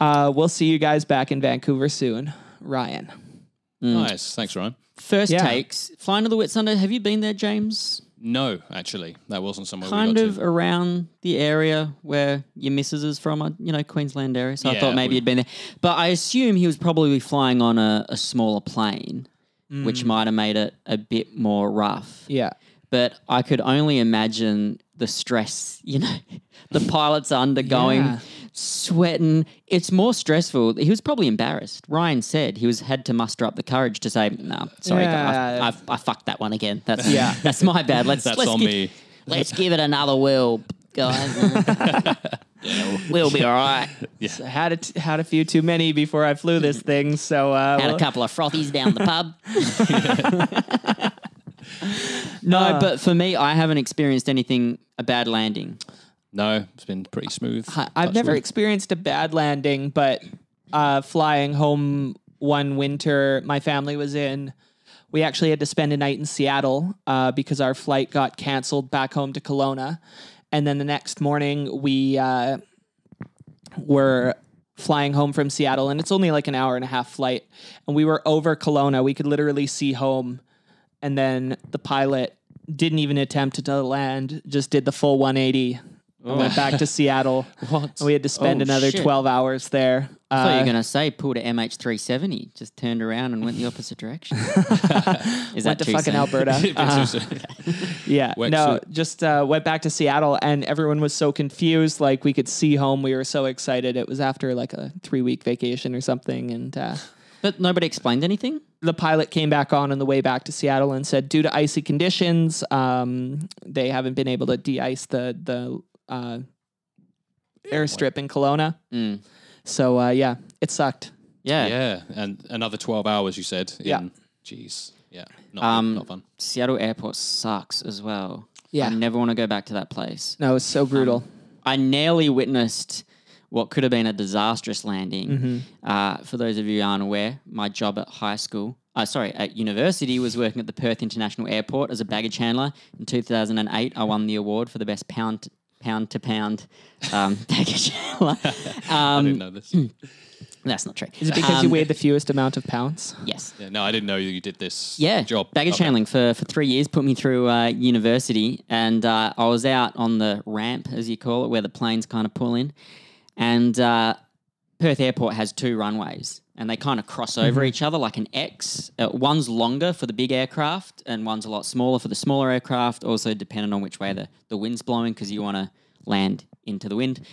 Speaker 1: Uh, we'll see you guys back in Vancouver soon. Ryan.
Speaker 3: Mm.
Speaker 2: nice. Thanks, Ryan.
Speaker 3: First
Speaker 1: Yeah.
Speaker 3: takes. Flying to the Whitsunday. Have you been there, James?
Speaker 2: No, actually, that wasn't somewhere we
Speaker 3: Kind
Speaker 2: got
Speaker 3: of
Speaker 2: to.
Speaker 3: around the area where your missus is from, uh, you know, Queensland area. So I
Speaker 2: Yeah,
Speaker 3: thought maybe
Speaker 2: we-
Speaker 3: he'd been there. But I assume he was probably flying on a, a smaller plane,
Speaker 2: Hmm.
Speaker 3: which might have made it a bit more rough.
Speaker 1: Yeah.
Speaker 3: But I could only imagine the stress, you know, the pilot's undergoing,
Speaker 1: Yeah.
Speaker 3: sweating. It's more stressful. He was probably embarrassed. Ryan said he was had to muster up the courage to say, "No, sorry,
Speaker 1: Yeah.
Speaker 3: I, I, I fucked that one again. That's
Speaker 1: Yeah.
Speaker 3: yeah, that's my bad. Let's
Speaker 2: That's
Speaker 3: let's
Speaker 2: on
Speaker 3: gi-
Speaker 2: me.
Speaker 3: Let's give it another whirl, guys. we'll be all right.
Speaker 1: So had a t- had a few too many before I flew this thing. So uh,
Speaker 3: Had
Speaker 1: we'll-
Speaker 3: a couple of frothies down the pub. no,
Speaker 1: Uh.
Speaker 3: but for me, I haven't experienced anything a bad landing.
Speaker 2: No, it's been pretty smooth.
Speaker 1: I-
Speaker 3: uh,
Speaker 1: I've
Speaker 2: Touch
Speaker 1: never
Speaker 2: wood.
Speaker 1: experienced a bad landing, but uh, flying home one winter, my family was in. We actually had to spend a night in Seattle uh, because our flight got canceled back home to Kelowna, and then the next morning we uh, were flying home from Seattle, and it's only like an hour and a half flight, and we were over Kelowna. We could literally see home, and then the pilot didn't even attempt to land; just did the full 180. and Went back to Seattle.
Speaker 2: What?
Speaker 1: And we had to spend
Speaker 3: Oh,
Speaker 1: another
Speaker 3: shit.
Speaker 1: 12 hours there.
Speaker 3: I thought you
Speaker 1: Uh,
Speaker 3: were going to say pulled a MH370, just turned around and went the opposite direction. Is
Speaker 1: went
Speaker 3: that
Speaker 1: to
Speaker 3: too
Speaker 1: fucking
Speaker 3: soon?
Speaker 1: Alberta. Uh, yeah.
Speaker 2: Wexford.
Speaker 1: No, just uh, went back to Seattle and everyone was so confused. Like we could see home. We were so excited. It was after like a three week vacation or something. And uh,
Speaker 3: But nobody explained anything.
Speaker 1: the pilot came back on on the way back to Seattle and said, due to icy conditions, um, they haven't been able to de ice the, the uh, airstrip in Kelowna.
Speaker 3: Mm.
Speaker 1: So uh, yeah, it sucked.
Speaker 3: Yeah.
Speaker 2: yeah, and another twelve hours. You said. In,
Speaker 1: Yeah.
Speaker 2: Jeez. Yeah. Not,
Speaker 3: Um,
Speaker 2: not fun.
Speaker 3: Seattle airport sucks as well.
Speaker 1: Yeah.
Speaker 3: I never want to go back to that place.
Speaker 1: No, it was so brutal.
Speaker 3: I nearly witnessed what could have been a disastrous landing.
Speaker 1: Mm-hmm.
Speaker 3: Uh, for those of you who aren't aware, my job at high school, uh, sorry, at university was working at the Perth International Airport as a baggage handler. In 2008, I won the award for the best pound pound to pound um, baggage handler.
Speaker 2: I
Speaker 3: Um,
Speaker 2: didn't know this.
Speaker 3: that's not true.
Speaker 1: Is it because you
Speaker 3: um,
Speaker 1: weighed the fewest amount of pounds?
Speaker 3: Yes.
Speaker 2: Yeah, no, I didn't know you did this
Speaker 3: Yeah,
Speaker 2: job.
Speaker 3: baggage
Speaker 2: Okay.
Speaker 3: handling for, for three years put me through uh, university, and uh, I was out on the ramp, as you call it, where the planes kind of pull in. And uh, Perth Airport has two runways, and they kind of cross over each other like an X. Uh, one's longer for the big aircraft, and one's a lot smaller for the smaller aircraft. Also, depending on which way the, the wind's blowing, because you want to land into the wind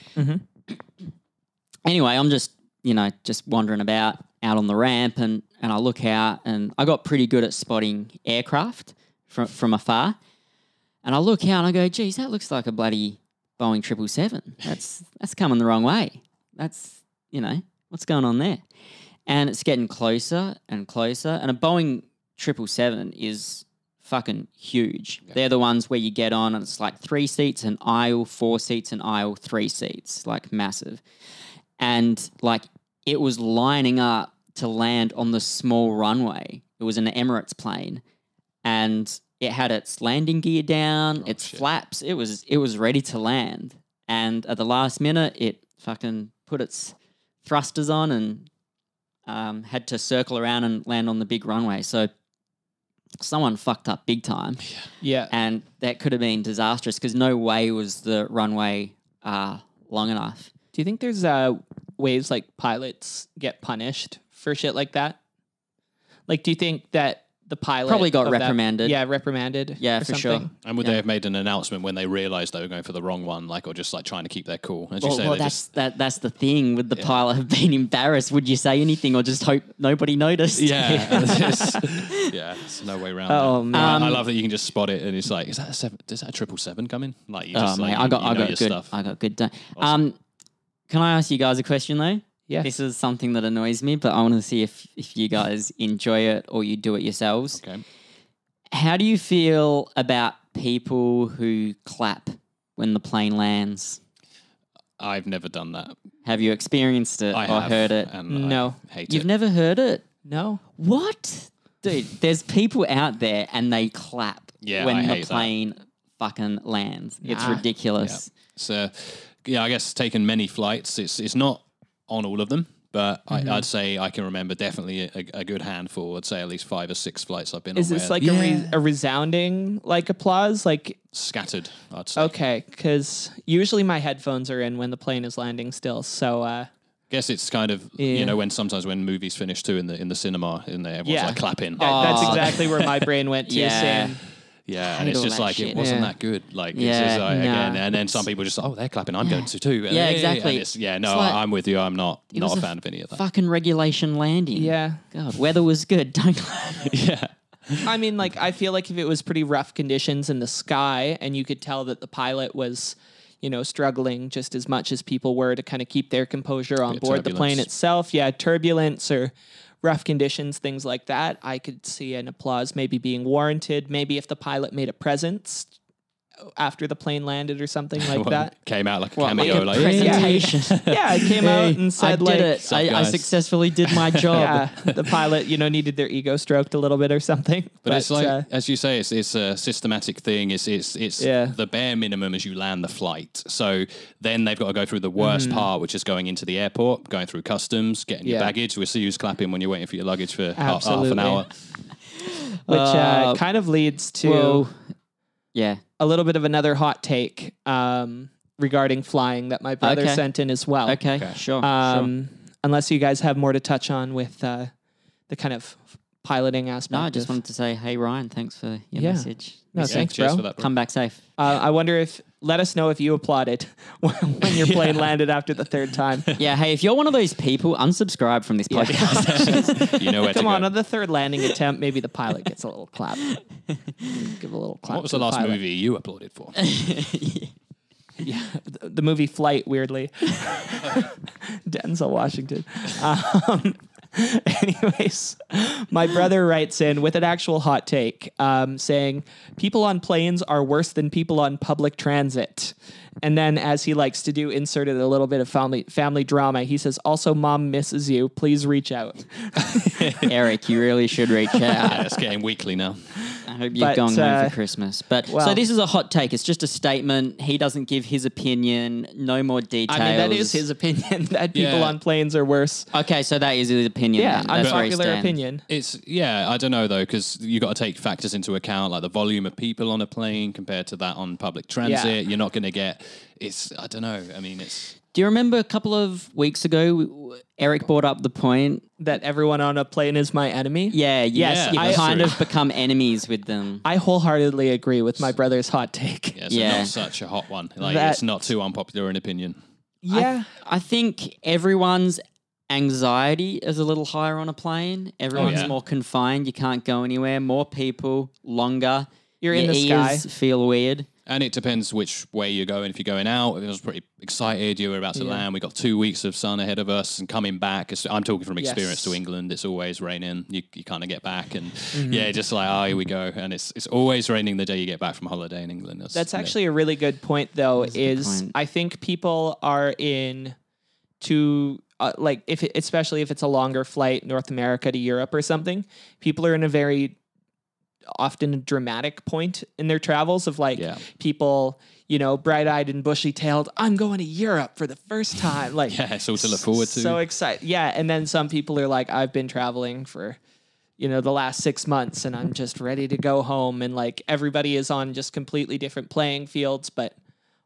Speaker 3: anyway, I'm just you know just wandering about out on the ramp, and and I look out, and I got pretty good at spotting aircraft from from afar. And I look out, and I go, "Geez, that looks like a bloody Boeing triple seven. That's that's coming the wrong way. That's you know what's going on there." And it's getting closer and closer, and a Boeing triple seven is fucking huge. They're the ones where you get on, and it's like three seats an aisle, four seats an aisle, three seats, like massive and like it was lining up to land on the small runway. It was an Emirates plane, and it had its landing gear down, its flaps. It was it was ready to land, and at the last minute, it fucking put its thrusters on and um, had to circle around and land on the big runway. So someone fucked up big time
Speaker 1: Yeah.
Speaker 3: and that could have been disastrous because no way was the runway uh, long enough
Speaker 1: Do you think there's uh, ways like pilots get punished for shit like that? Like, do you think that the pilot
Speaker 3: Probably got
Speaker 1: of that-
Speaker 3: reprimanded.
Speaker 1: yeah, reprimanded.
Speaker 3: Yeah,
Speaker 1: or
Speaker 3: for sure.
Speaker 1: something?
Speaker 2: And would they have made an announcement when they realised they were going for the wrong one, like, or just like trying to keep their cool? As you
Speaker 3: Well,
Speaker 2: say,
Speaker 3: well
Speaker 2: they
Speaker 3: that's
Speaker 2: just
Speaker 3: that, that's the thing. Would the pilot have been embarrassed? Would you say anything or just hope nobody noticed?
Speaker 2: yeah, it's- yeah. There's no way around.
Speaker 1: Oh,
Speaker 2: that.
Speaker 1: man.
Speaker 2: I, I love that you can just spot it, and it's like, is that a seven? Is that a triple seven coming? Like, you
Speaker 3: Oh,
Speaker 2: just,
Speaker 3: mate,
Speaker 2: like,
Speaker 3: I got
Speaker 2: you
Speaker 3: I
Speaker 2: know
Speaker 3: got
Speaker 2: your
Speaker 3: good
Speaker 2: stuff.
Speaker 3: I got good. Done. Um, can I ask you guys a question though?
Speaker 1: Yes.
Speaker 3: This is something that annoys me, but I want to see if if you guys enjoy it or you do it yourselves.
Speaker 2: okay.
Speaker 3: How do you feel about people who clap when the plane lands?
Speaker 2: I've never done that.
Speaker 3: Have you experienced it
Speaker 2: I
Speaker 3: or
Speaker 2: have
Speaker 3: heard it?
Speaker 2: and
Speaker 1: No.
Speaker 2: I hate
Speaker 3: You've
Speaker 2: it.
Speaker 3: never heard it?
Speaker 1: No.
Speaker 3: What? Dude, there's people out there and they clap
Speaker 2: Yeah,
Speaker 3: when
Speaker 2: I
Speaker 3: the
Speaker 2: hate that.
Speaker 3: plane fucking lands. It's
Speaker 1: Nah.
Speaker 3: ridiculous.
Speaker 2: So, yeah, I guess taken many flights. It's it's not on all of them, but
Speaker 1: Mm-hmm.
Speaker 2: I, I'd say I can remember definitely a, a good handful. I'd say at least five or six flights I've been
Speaker 1: Is
Speaker 2: on.
Speaker 1: this
Speaker 2: where-
Speaker 1: like a, re- a resounding like applause? Like
Speaker 2: scattered? I'd say.
Speaker 1: okay, because usually my headphones are in when the plane is landing still. So uh,
Speaker 2: Guess it's kind of
Speaker 1: Yeah.
Speaker 2: you know when sometimes when movies finish too in the in the cinema and they everyone's
Speaker 1: Yeah.
Speaker 2: like clapping.
Speaker 1: that- that's
Speaker 3: Aw.
Speaker 1: exactly where my brain went to.
Speaker 3: Yeah.
Speaker 1: Sam.
Speaker 2: Yeah,
Speaker 3: Hate
Speaker 2: and it's
Speaker 3: all
Speaker 2: just
Speaker 3: that
Speaker 2: like
Speaker 3: shit.
Speaker 2: it wasn't
Speaker 1: Yeah.
Speaker 2: that good. Like it's
Speaker 3: Yeah,
Speaker 2: just like, again,
Speaker 3: nah.
Speaker 2: and then some people just oh they're clapping, I'm going to too.
Speaker 3: Yeah,
Speaker 2: And
Speaker 3: exactly.
Speaker 2: it's- yeah,
Speaker 3: It's
Speaker 2: no,
Speaker 3: like-
Speaker 2: I'm with you. I'm not
Speaker 3: was
Speaker 2: not
Speaker 3: a
Speaker 2: a fan of any of that.
Speaker 3: Fucking regulation landing.
Speaker 1: Yeah.
Speaker 3: God, weather was good. Don't clap.
Speaker 2: yeah,
Speaker 1: I mean, like, I feel like if it was pretty rough conditions in the sky and you could tell that the pilot was, you know, struggling just as much as people were to kind of keep their composure on
Speaker 2: Yeah,
Speaker 1: board the plane
Speaker 2: turbulence.
Speaker 1: itself. Yeah, turbulence or rough conditions, things like that. I could see an applause maybe being warranted. Maybe if the pilot made a presence after the plane landed or something like
Speaker 2: Well,
Speaker 1: that.
Speaker 2: came out like a
Speaker 3: Well,
Speaker 2: cameo.
Speaker 3: make a
Speaker 2: like,
Speaker 3: presentation.
Speaker 1: Yeah, it came out and
Speaker 3: I
Speaker 1: said
Speaker 3: did
Speaker 1: like.
Speaker 3: it.
Speaker 2: up,
Speaker 3: I, I
Speaker 2: guys?
Speaker 3: successfully did my job.
Speaker 1: Yeah, the pilot, you know, needed their ego stroked a little bit or something.
Speaker 2: But, it's like,
Speaker 1: uh,
Speaker 2: as you say, it's, it's a systematic thing. It's it's it's
Speaker 1: Yeah.
Speaker 2: the bare minimum as you land the flight. So then they've got to go through the
Speaker 3: Mm-hmm.
Speaker 2: worst part, which is going into the airport, going through customs, getting your
Speaker 1: Yeah.
Speaker 2: baggage. We see who's clapping when you're waiting for your luggage for ha- half an
Speaker 1: Absolutely.
Speaker 2: hour.
Speaker 1: which uh,
Speaker 3: Uh,
Speaker 1: kind of leads to
Speaker 3: Well, yeah.
Speaker 1: a little bit of another hot take um, regarding flying that my brother
Speaker 3: Okay.
Speaker 1: sent in as
Speaker 2: Oh,
Speaker 1: well.
Speaker 3: Okay, sure. sure.
Speaker 1: Um, Unless you guys have more to touch on with uh, the kind of piloting aspect.
Speaker 3: No, I just
Speaker 1: of-
Speaker 3: wanted to say, hey, Ryan, thanks for your
Speaker 1: Yeah.
Speaker 3: message.
Speaker 1: No,
Speaker 2: Yeah,
Speaker 1: thanks,
Speaker 2: cheers
Speaker 1: bro.
Speaker 2: for that. bro.
Speaker 3: Come back safe.
Speaker 1: Uh, I wonder if. Let us know if you applauded when when your plane landed after the third time.
Speaker 3: Yeah, hey, if you're one of those people, unsubscribe from this podcast.
Speaker 2: You know where
Speaker 1: Come
Speaker 2: to
Speaker 1: on,
Speaker 2: go.
Speaker 1: on the third landing attempt, maybe the pilot gets a little clap. Give a little clap.
Speaker 2: What was
Speaker 1: to
Speaker 2: the last
Speaker 1: pilot.
Speaker 2: movie you applauded for?
Speaker 1: Yeah, the, the movie Flight, weirdly. Denzel Washington. Um, Anyways, my brother writes in with an actual hot take um, saying, People on planes are worse than people on public transit. And then, as he likes to do, inserted a little bit of family, family drama. He says, Also, mom misses you. Please reach out.
Speaker 3: Eric, you really should reach out.
Speaker 2: Yeah, it's getting weekly now.
Speaker 3: I hope you've
Speaker 1: But,
Speaker 3: gone home
Speaker 1: uh,
Speaker 3: for Christmas. But so
Speaker 1: well-
Speaker 3: this is a hot take. It's just a statement. He doesn't give his opinion. No more details.
Speaker 1: I mean, that is his opinion that people
Speaker 2: Yeah.
Speaker 1: on planes are worse.
Speaker 3: Okay, so that is his opinion.
Speaker 1: Yeah,
Speaker 3: then. That's where he
Speaker 1: unpopular
Speaker 3: stands.
Speaker 1: opinion.
Speaker 2: It's yeah, I don't know though, because you got to take factors into account, like the volume of people on a plane compared to that on public transit.
Speaker 1: Yeah.
Speaker 2: You're not going to get. It's I don't know. I mean, it's
Speaker 3: Do you remember a couple of weeks ago, w- w- Eric brought up the point?
Speaker 1: That everyone on a plane is my enemy.
Speaker 3: Yeah, yes,
Speaker 2: Yeah,
Speaker 3: you
Speaker 2: that's
Speaker 3: kind
Speaker 2: true.
Speaker 3: of become enemies with them.
Speaker 1: I wholeheartedly agree with my brother's hot take.
Speaker 2: yeah, it's
Speaker 3: Yeah.
Speaker 2: not such a hot one. Like
Speaker 1: That-
Speaker 2: it's not too unpopular an opinion.
Speaker 1: Yeah.
Speaker 3: I, I think everyone's anxiety is a little higher on a plane. Everyone's
Speaker 1: Oh,
Speaker 2: yeah.
Speaker 3: more confined. You can't go anywhere. More people, longer.
Speaker 1: You're in
Speaker 3: Your
Speaker 1: the sky.
Speaker 3: ears Feel weird.
Speaker 2: And it depends which way you're going. If you're going out, I was pretty excited. You were about to land. We got two weeks of sun ahead of us, and coming back. it's- I'm talking from experience
Speaker 1: Yes.
Speaker 2: to England. It's always raining. You, you kind of get back, and
Speaker 1: Mm-hmm.
Speaker 2: yeah, just like oh, here we go. And it's it's always raining the day you get back from holiday in England.
Speaker 1: That's
Speaker 2: yeah.
Speaker 1: actually a really good point, though.
Speaker 3: a good
Speaker 1: is
Speaker 3: point.
Speaker 1: I think people are in to uh, like if it, especially if it's a longer flight, North America to Europe or something. People are in a very often dramatic point in their travels of like
Speaker 2: Yeah.
Speaker 1: people, you know, bright eyed and bushy tailed. I'm going to Europe for the first time. Like
Speaker 2: yeah, it's all to look forward to.
Speaker 1: So excited. Yeah. And then some people are like, I've been traveling for, you know, the last six months and I'm just ready to go home. And like everybody is on just completely different playing fields, but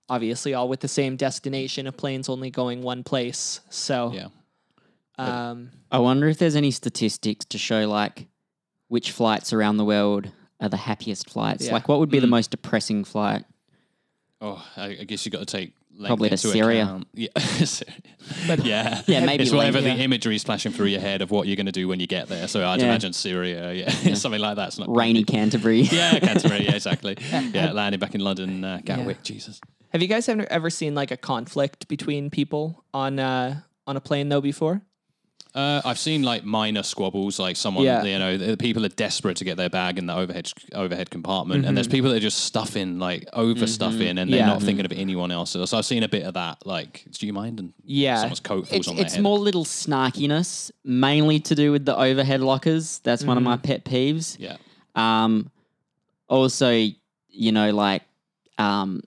Speaker 1: obviously all with the same destination. A plane's only going one place. So,
Speaker 2: yeah.
Speaker 1: um,
Speaker 3: I wonder if there's any statistics to show like which flights around the world are the happiest flights.
Speaker 1: Yeah. Hmm.
Speaker 3: Like what would be the most depressing flight?
Speaker 2: Oh, I, I guess you got to take length
Speaker 3: Probably to
Speaker 2: into
Speaker 3: Syria.
Speaker 2: account. Yeah, but yeah,
Speaker 3: Yeah, maybe
Speaker 2: it's whatever
Speaker 3: length,
Speaker 2: the imagery is flashing through your head of what you're going to do when you get there. So I'd
Speaker 3: Yeah.
Speaker 2: imagine Syria, yeah, something like that's not
Speaker 3: Rainy Canterbury.
Speaker 2: Yeah, Canterbury, yeah, exactly. Yeah, landing back in London, uh, Gatwick, Jesus.
Speaker 1: have you guys ever, ever seen like a conflict between people on, uh, on a plane though before?
Speaker 2: Uh, I've seen like minor squabbles, like someone,
Speaker 1: Yeah.
Speaker 2: you know, the people are desperate to get their bag in the overhead overhead compartment, and there's people that are just stuffing, like overstuffing, and they're
Speaker 1: Yeah.
Speaker 2: not thinking of anyone else. So I've seen a bit of that. Like, do you mind? And
Speaker 1: Yeah.
Speaker 2: someone's coat falls
Speaker 3: It's,
Speaker 2: on their
Speaker 3: it's
Speaker 2: head.
Speaker 3: more little snarkiness, mainly to do with the overhead lockers. That's one
Speaker 1: Hmm.
Speaker 3: of my pet peeves.
Speaker 2: yeah.
Speaker 3: Um, also, you know, like um,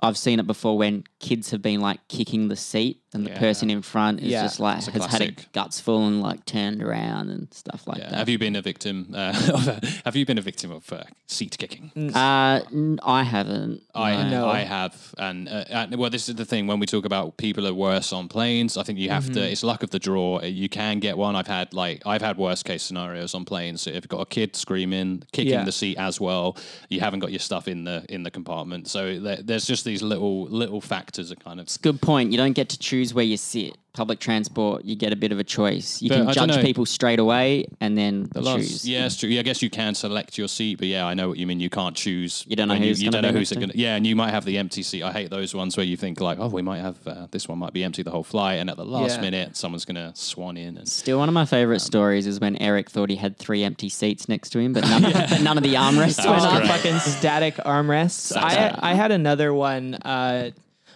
Speaker 3: I've seen it before when kids have been like kicking the seat, and the
Speaker 2: Yeah.
Speaker 3: person in front is
Speaker 1: Yeah.
Speaker 3: just like
Speaker 2: It's a
Speaker 3: has had a
Speaker 2: classic.
Speaker 3: guts full and like turned around and stuff like
Speaker 2: Yeah.
Speaker 3: that.
Speaker 2: Have you been a victim? Uh, of, have you been a victim of uh, seat kicking?
Speaker 3: Uh, n- I haven't.
Speaker 2: I
Speaker 1: No.
Speaker 2: I have, and, uh, and well, this is the thing. When we talk about people are worse on planes, I think you have to. It's luck of the draw. You can get one. I've had like I've had worst case scenarios on planes. If you've got a kid screaming, kicking
Speaker 1: Yeah.
Speaker 2: the seat as well, you haven't got your stuff in the in the compartment. So there, there's just these little little factors that kind of.
Speaker 3: Good point. You don't get to choose where you sit. Public transport, you get a bit of a choice. You
Speaker 2: But I
Speaker 3: can
Speaker 2: don't
Speaker 3: judge
Speaker 2: know.
Speaker 3: people straight away and then choose.
Speaker 2: Yeah, it's true. Yeah, I guess you can select your seat, but yeah, I know what you mean. You can't choose.
Speaker 3: You don't know
Speaker 2: when
Speaker 3: who's
Speaker 2: you
Speaker 3: gonna
Speaker 2: don't know
Speaker 3: be
Speaker 2: who's
Speaker 3: next to
Speaker 2: going to. Yeah, and you might have the empty seat. I hate those ones where you think like, oh, we might have uh, this one might be empty the whole flight, and at the last
Speaker 1: Yeah.
Speaker 2: minute, someone's going to swan in and.
Speaker 3: Still, one of my favorite
Speaker 2: um,
Speaker 3: stories is when Eric thought he had three empty seats next to him, but none, but none of the armrests went
Speaker 2: was
Speaker 1: Well,
Speaker 3: up.
Speaker 2: correct.
Speaker 1: fucking static armrests. I I had another one. Uh,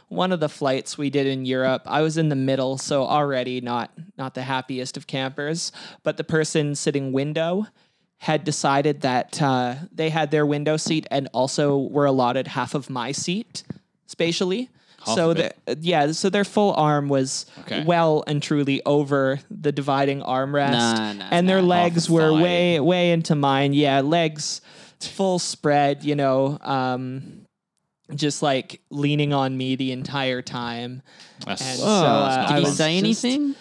Speaker 1: one of the flights we did in Europe, I was in the middle, so already not not the happiest of campers. But the person sitting window had decided that uh, they had their window seat and also were allotted half of my seat spatially.
Speaker 2: Half
Speaker 1: so
Speaker 2: of it.
Speaker 1: the, yeah, so their full arm was
Speaker 2: Okay.
Speaker 1: well and truly over the dividing armrest,
Speaker 3: Nah, nah,
Speaker 1: and their
Speaker 3: nah.
Speaker 1: legs
Speaker 2: Half a
Speaker 1: were
Speaker 2: thigh.
Speaker 1: way way into mine. Yeah, legs full spread, you know, um, just like leaning on me the entire time.
Speaker 2: That's,
Speaker 1: And so uh,
Speaker 2: not
Speaker 1: I
Speaker 3: Did you
Speaker 1: was
Speaker 3: say
Speaker 1: just-
Speaker 3: anything?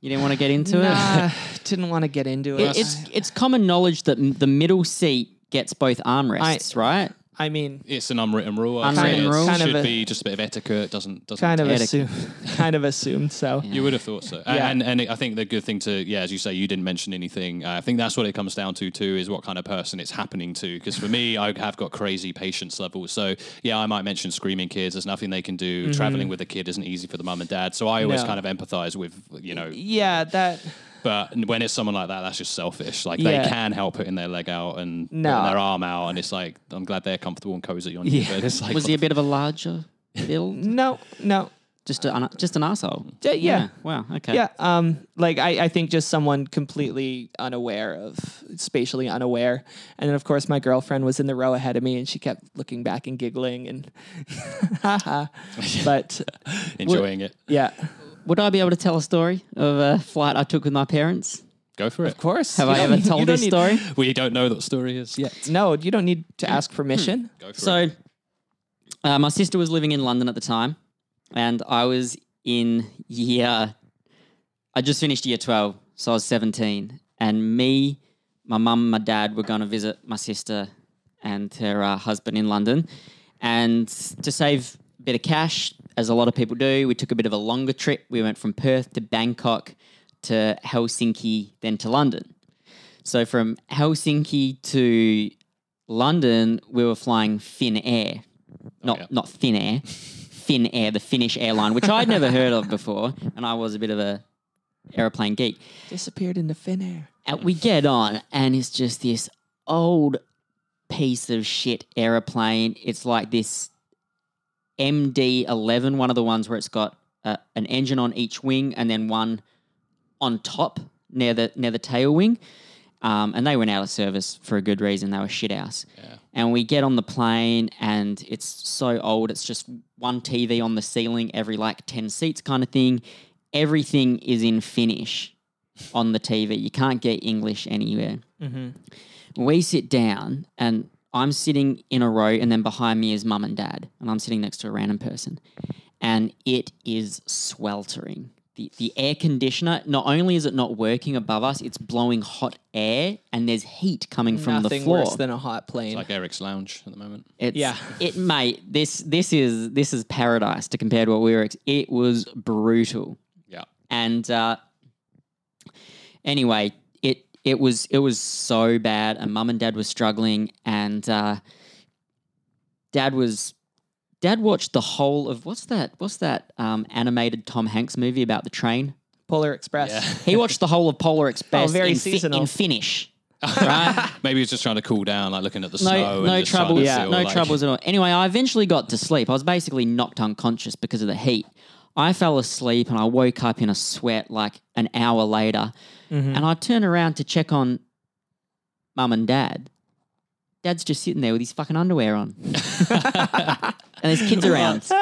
Speaker 3: You didn't want to get into
Speaker 1: Nah, didn't want to get into
Speaker 3: it?
Speaker 1: it.
Speaker 3: it? It's it's common knowledge that m- the middle seat gets both armrests, right?
Speaker 1: I mean,
Speaker 2: it's an unwritten rule. I'd
Speaker 3: Unwritten
Speaker 2: say. It
Speaker 3: rule.
Speaker 1: Kind of
Speaker 2: should
Speaker 1: a-
Speaker 2: be just a bit of etiquette. Doesn't doesn't
Speaker 1: kind of
Speaker 3: Etiquette.
Speaker 1: assumed, kind of assumed. So
Speaker 2: You would have thought so.
Speaker 1: Yeah.
Speaker 2: And, and I think the good thing to, yeah, as you say, you didn't mention anything. Uh, I think that's what it comes down to, too, is what kind of person it's happening to. Because for me, I have got crazy patience levels. So, yeah, I might mention screaming kids. There's nothing they can do. Traveling with a kid isn't easy for the mum and dad. So I always
Speaker 1: Mm-hmm. No.
Speaker 2: kind of empathize with, you know,
Speaker 1: yeah, that
Speaker 2: But when it's someone like that, that's just selfish. Like
Speaker 1: Yeah.
Speaker 2: they can help putting their leg out and
Speaker 1: No.
Speaker 2: putting their arm out, and it's like I'm glad they're comfortable and cozy on you.
Speaker 1: Yeah.
Speaker 2: But it's like
Speaker 3: Was he a bit of a larger build?
Speaker 1: No, no.
Speaker 3: just a, just an asshole.
Speaker 1: D- yeah.
Speaker 3: Wow. Okay.
Speaker 1: Yeah. Um, like I, I think just someone completely unaware of spatially unaware. And then of course my girlfriend was in the row ahead of me and she kept looking back and giggling and haha. But
Speaker 2: enjoying it.
Speaker 1: yeah.
Speaker 3: Would I be able to tell a story of a flight I took with my parents?
Speaker 2: Go for it.
Speaker 1: Of course.
Speaker 3: Have
Speaker 1: you
Speaker 3: I
Speaker 1: don't
Speaker 3: ever
Speaker 1: need- you
Speaker 3: told
Speaker 1: don't
Speaker 3: this
Speaker 1: need-
Speaker 3: story?
Speaker 2: We don't know what the story is yet.
Speaker 1: No, you don't need to
Speaker 3: Hmm.
Speaker 1: ask permission.
Speaker 2: Go for it.
Speaker 3: So, uh, my sister was living in London at the time, and I was in year. I just finished year twelve, so I was seventeen, and me, my mum, and my dad were going to visit my sister and her uh, husband in London, and to save a bit of cash, as a lot of people do, we took a bit of a longer trip. We went from Perth to Bangkok to Helsinki, then to London. So from Helsinki to London, we were flying Finnair, not
Speaker 2: yeah.
Speaker 3: not thin air, Finnair, the Finnish airline, which I'd never heard of before, and I was a bit of a airplane geek.
Speaker 1: Disappeared into thin air.
Speaker 3: And we get on, and it's just this old piece of shit airplane. It's like this MD11, one of the ones where it's got uh, an engine on each wing and then one on top near the near the tail wing. Um, and they went out of service for a good reason. They were shit house. And we get on the plane, and it's so old. It's just one TV on the ceiling every like ten seats, kind of thing. Everything is in Finnish on the TV. You can't get English anywhere.
Speaker 1: Mm-hmm.
Speaker 3: We sit down, and I'm sitting in a row, and then behind me is mum and dad, and I'm sitting next to a random person, and it is sweltering. The, the air conditioner, not only is it not working above us, it's blowing hot air, and there's heat coming from
Speaker 1: Nothing
Speaker 3: the floor.
Speaker 1: worse than a hot plane.
Speaker 2: like Eric's lounge at the moment.
Speaker 3: It's,
Speaker 1: Yeah.
Speaker 3: it mate. This this is this is paradise to compare to what we were. Ex- it was brutal,
Speaker 2: Yeah.
Speaker 3: and uh, anyway, it it was it was so bad, and mum and dad were struggling, and uh, dad was dad watched the whole of what's that what's that um, animated Tom Hanks movie about the train?
Speaker 1: Polar Express.
Speaker 3: He watched the whole of Polar Express
Speaker 1: Oh, very
Speaker 3: in, Fi-
Speaker 1: seasonal.
Speaker 3: in Finnish, right?
Speaker 2: Maybe he's just trying to cool down, like looking at the
Speaker 3: no,
Speaker 2: snow. and just
Speaker 3: no
Speaker 2: trying to
Speaker 3: troubles,
Speaker 1: Yeah.
Speaker 2: feel,
Speaker 3: no
Speaker 2: like-
Speaker 3: troubles at all. Anyway, I eventually got to sleep. I was basically knocked unconscious because of the heat. I fell asleep and I woke up in a sweat like an hour later,
Speaker 2: Mm-hmm.
Speaker 3: and I turned around to check on mum and dad. Dad's just sitting there with his fucking underwear on, and there's kids around. so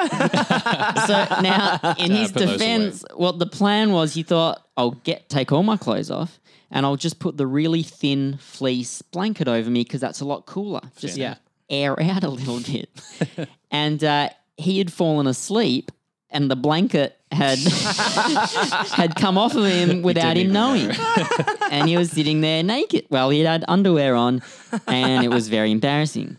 Speaker 3: now, in
Speaker 2: Yeah,
Speaker 3: his
Speaker 2: put those away.
Speaker 3: defense, what the plan was, he thought, "I'll get take all my clothes off." And I'll just put the really thin fleece blanket over me because that's a lot cooler. Just
Speaker 1: Yeah.
Speaker 3: air out a little bit. and uh, he had fallen asleep, and the blanket had had come off of him without him
Speaker 2: even
Speaker 3: knowing. and he was sitting there naked. Well, he had underwear on, and it was very embarrassing.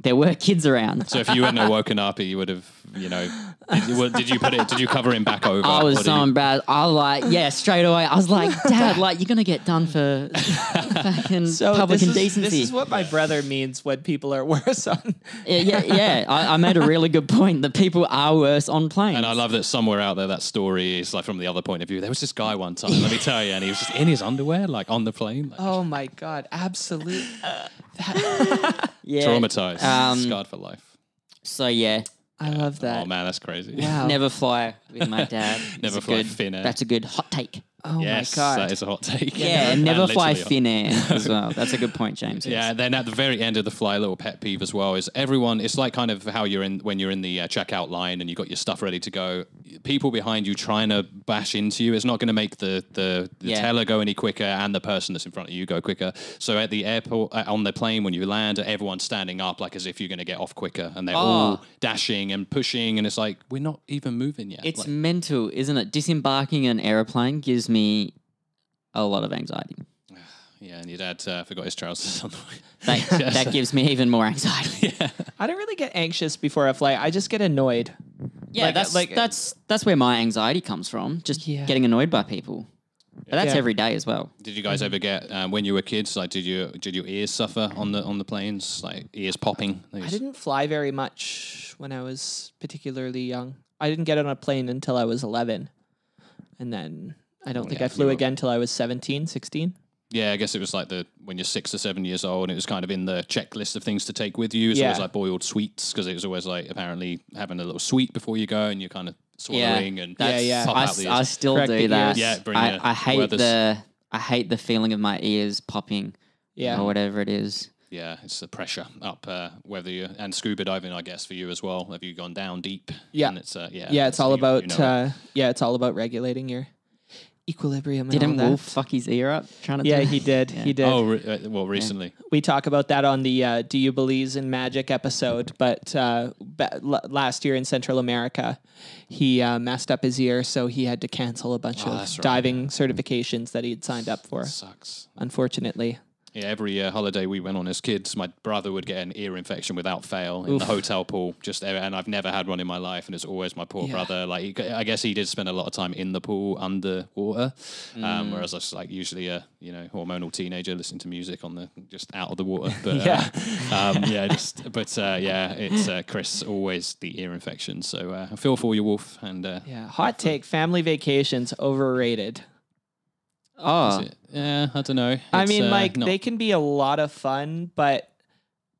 Speaker 3: There were kids around.
Speaker 2: So if you hadn't have woken up, he would have, you know, did you, what- did you put it? Did you cover him back over?
Speaker 3: I
Speaker 2: Or
Speaker 3: was
Speaker 2: did
Speaker 3: so
Speaker 2: you-
Speaker 3: embarrassed. I was like, yeah, straight away. I was like, Dad, like you're gonna get done for fucking public
Speaker 1: this is,
Speaker 3: indecency.
Speaker 1: this is what my brother means when people are worse on.
Speaker 3: yeah, yeah. yeah. I, I made a really good point that people are worse on planes.
Speaker 2: And I love that somewhere out there that story is like from the other point of view. There was this guy one time, let me tell you, and he was just in his underwear, like on the plane, like,
Speaker 1: Oh my god! Absolute.
Speaker 3: yeah.
Speaker 2: traumatized,
Speaker 3: Um,
Speaker 2: scarred for life.
Speaker 3: So yeah,
Speaker 1: I love
Speaker 2: Oh
Speaker 1: that.
Speaker 2: man, that's crazy.
Speaker 1: Wow.
Speaker 3: never fly with my dad.
Speaker 2: Never
Speaker 3: It's a
Speaker 2: fly
Speaker 3: good-
Speaker 2: Finnair.
Speaker 3: That's a good hot take.
Speaker 1: Oh
Speaker 2: yes,
Speaker 1: my god!
Speaker 2: that is a hot take.
Speaker 3: Yeah,
Speaker 2: And
Speaker 3: never fly
Speaker 2: literally-
Speaker 3: Finnair as well. That's a good point, James.
Speaker 2: Yeah, and then at the very end of the fly, little pet peeve as well is everyone. It's like kind of how you're in when you're in the uh, checkout line and you got your stuff ready to go. People behind you trying to bash into you is not going to make the the, the
Speaker 3: Yeah.
Speaker 2: teller go any quicker and the person that's in front of you go quicker. So at the airport, uh, on the plane when you land, everyone's standing up like as if you're going to get off quicker, and they're
Speaker 3: Ah.
Speaker 2: all dashing and pushing, and it's like we're not even moving yet.
Speaker 3: It's
Speaker 2: Like,
Speaker 3: mental, isn't it? Disembarking an aeroplane gives me a lot of anxiety.
Speaker 2: yeah, and your dad uh, forgot his trousers on the way.
Speaker 3: That, that gives me even more anxiety.
Speaker 1: I don't really get anxious before I fly. I just get annoyed.
Speaker 3: Yeah,
Speaker 1: Like, uh,
Speaker 3: that's
Speaker 1: like-
Speaker 3: that's that's where my anxiety comes from. Just
Speaker 1: Yeah.
Speaker 3: getting annoyed by people. But that's
Speaker 1: Yeah.
Speaker 3: every day as well.
Speaker 2: Did you guys ever
Speaker 1: Mm-hmm.
Speaker 2: get um, when you were kids? Like, did you did your ears suffer on the on the planes? Like ears popping?
Speaker 1: I didn't fly very much when I was particularly young. I didn't get on a plane until I was eleven, and then I don't think
Speaker 2: Oh, yeah,
Speaker 1: I flew
Speaker 2: you were-
Speaker 1: again till I was 17, 16.
Speaker 2: Yeah, I guess it was like the when you're six or seven years old, and it was kind of in the checklist of things to take with you. It's
Speaker 1: Yeah.
Speaker 2: always like boiled sweets because it was always like apparently having a little sweet before you go, and you're kind of swallowing and
Speaker 3: That's,
Speaker 1: yeah.
Speaker 2: pop
Speaker 3: I,
Speaker 2: out
Speaker 3: s-
Speaker 2: the
Speaker 3: I
Speaker 2: ears.
Speaker 3: still
Speaker 1: Correct
Speaker 3: do
Speaker 1: the
Speaker 3: that.
Speaker 1: ears.
Speaker 2: Yeah, bring
Speaker 3: I,
Speaker 2: your
Speaker 3: I hate
Speaker 2: weathers.
Speaker 3: the I hate the feeling of my ears popping.
Speaker 1: Yeah.
Speaker 3: or whatever it is.
Speaker 2: yeah, it's the pressure up. Uh, whether you and scuba diving, I guess for you as well. Have you gone down deep?
Speaker 1: Yeah.
Speaker 2: and it's uh, yeah,
Speaker 1: Yeah, it's
Speaker 2: so
Speaker 1: all
Speaker 2: you- you
Speaker 1: about
Speaker 2: know it.
Speaker 1: uh, yeah, it's all about regulating your equilibrium. and
Speaker 3: Didn't
Speaker 1: all that.
Speaker 3: Wolf fuck his ear up trying to?
Speaker 1: Yeah,
Speaker 3: do
Speaker 1: he did. He did.
Speaker 2: oh re- uh, well, recently.
Speaker 1: We talk about that on the uh, "Do You Believe in Magic" episode, but uh, ba- l- last year in Central America, he uh, messed up his ear, so he had to cancel a bunch of
Speaker 2: that's right.
Speaker 1: diving certifications that he had signed up for.
Speaker 2: Sucks.
Speaker 1: Unfortunately,
Speaker 2: Yeah, every uh, holiday we went on as kids, my brother would get an ear infection without fail in the hotel pool. Just ever, and I've never had one in my life, and it's always my poor
Speaker 1: Yeah.
Speaker 2: brother. Like he, I guess he did spend a lot of time in the pool underwater,
Speaker 1: Mm.
Speaker 2: um, whereas I was like usually a you know hormonal teenager listening to music on the just out of the water. But
Speaker 1: Yeah.
Speaker 2: uh, um, yeah, just but uh, yeah, it's uh, Chris always the ear infection. So uh, I feel for you, Wolf, and uh,
Speaker 1: yeah. Hot take: family vacations overrated.
Speaker 3: Oh,
Speaker 2: it- yeah, I don't know. uh,
Speaker 1: I mean, like they can be a lot of fun, but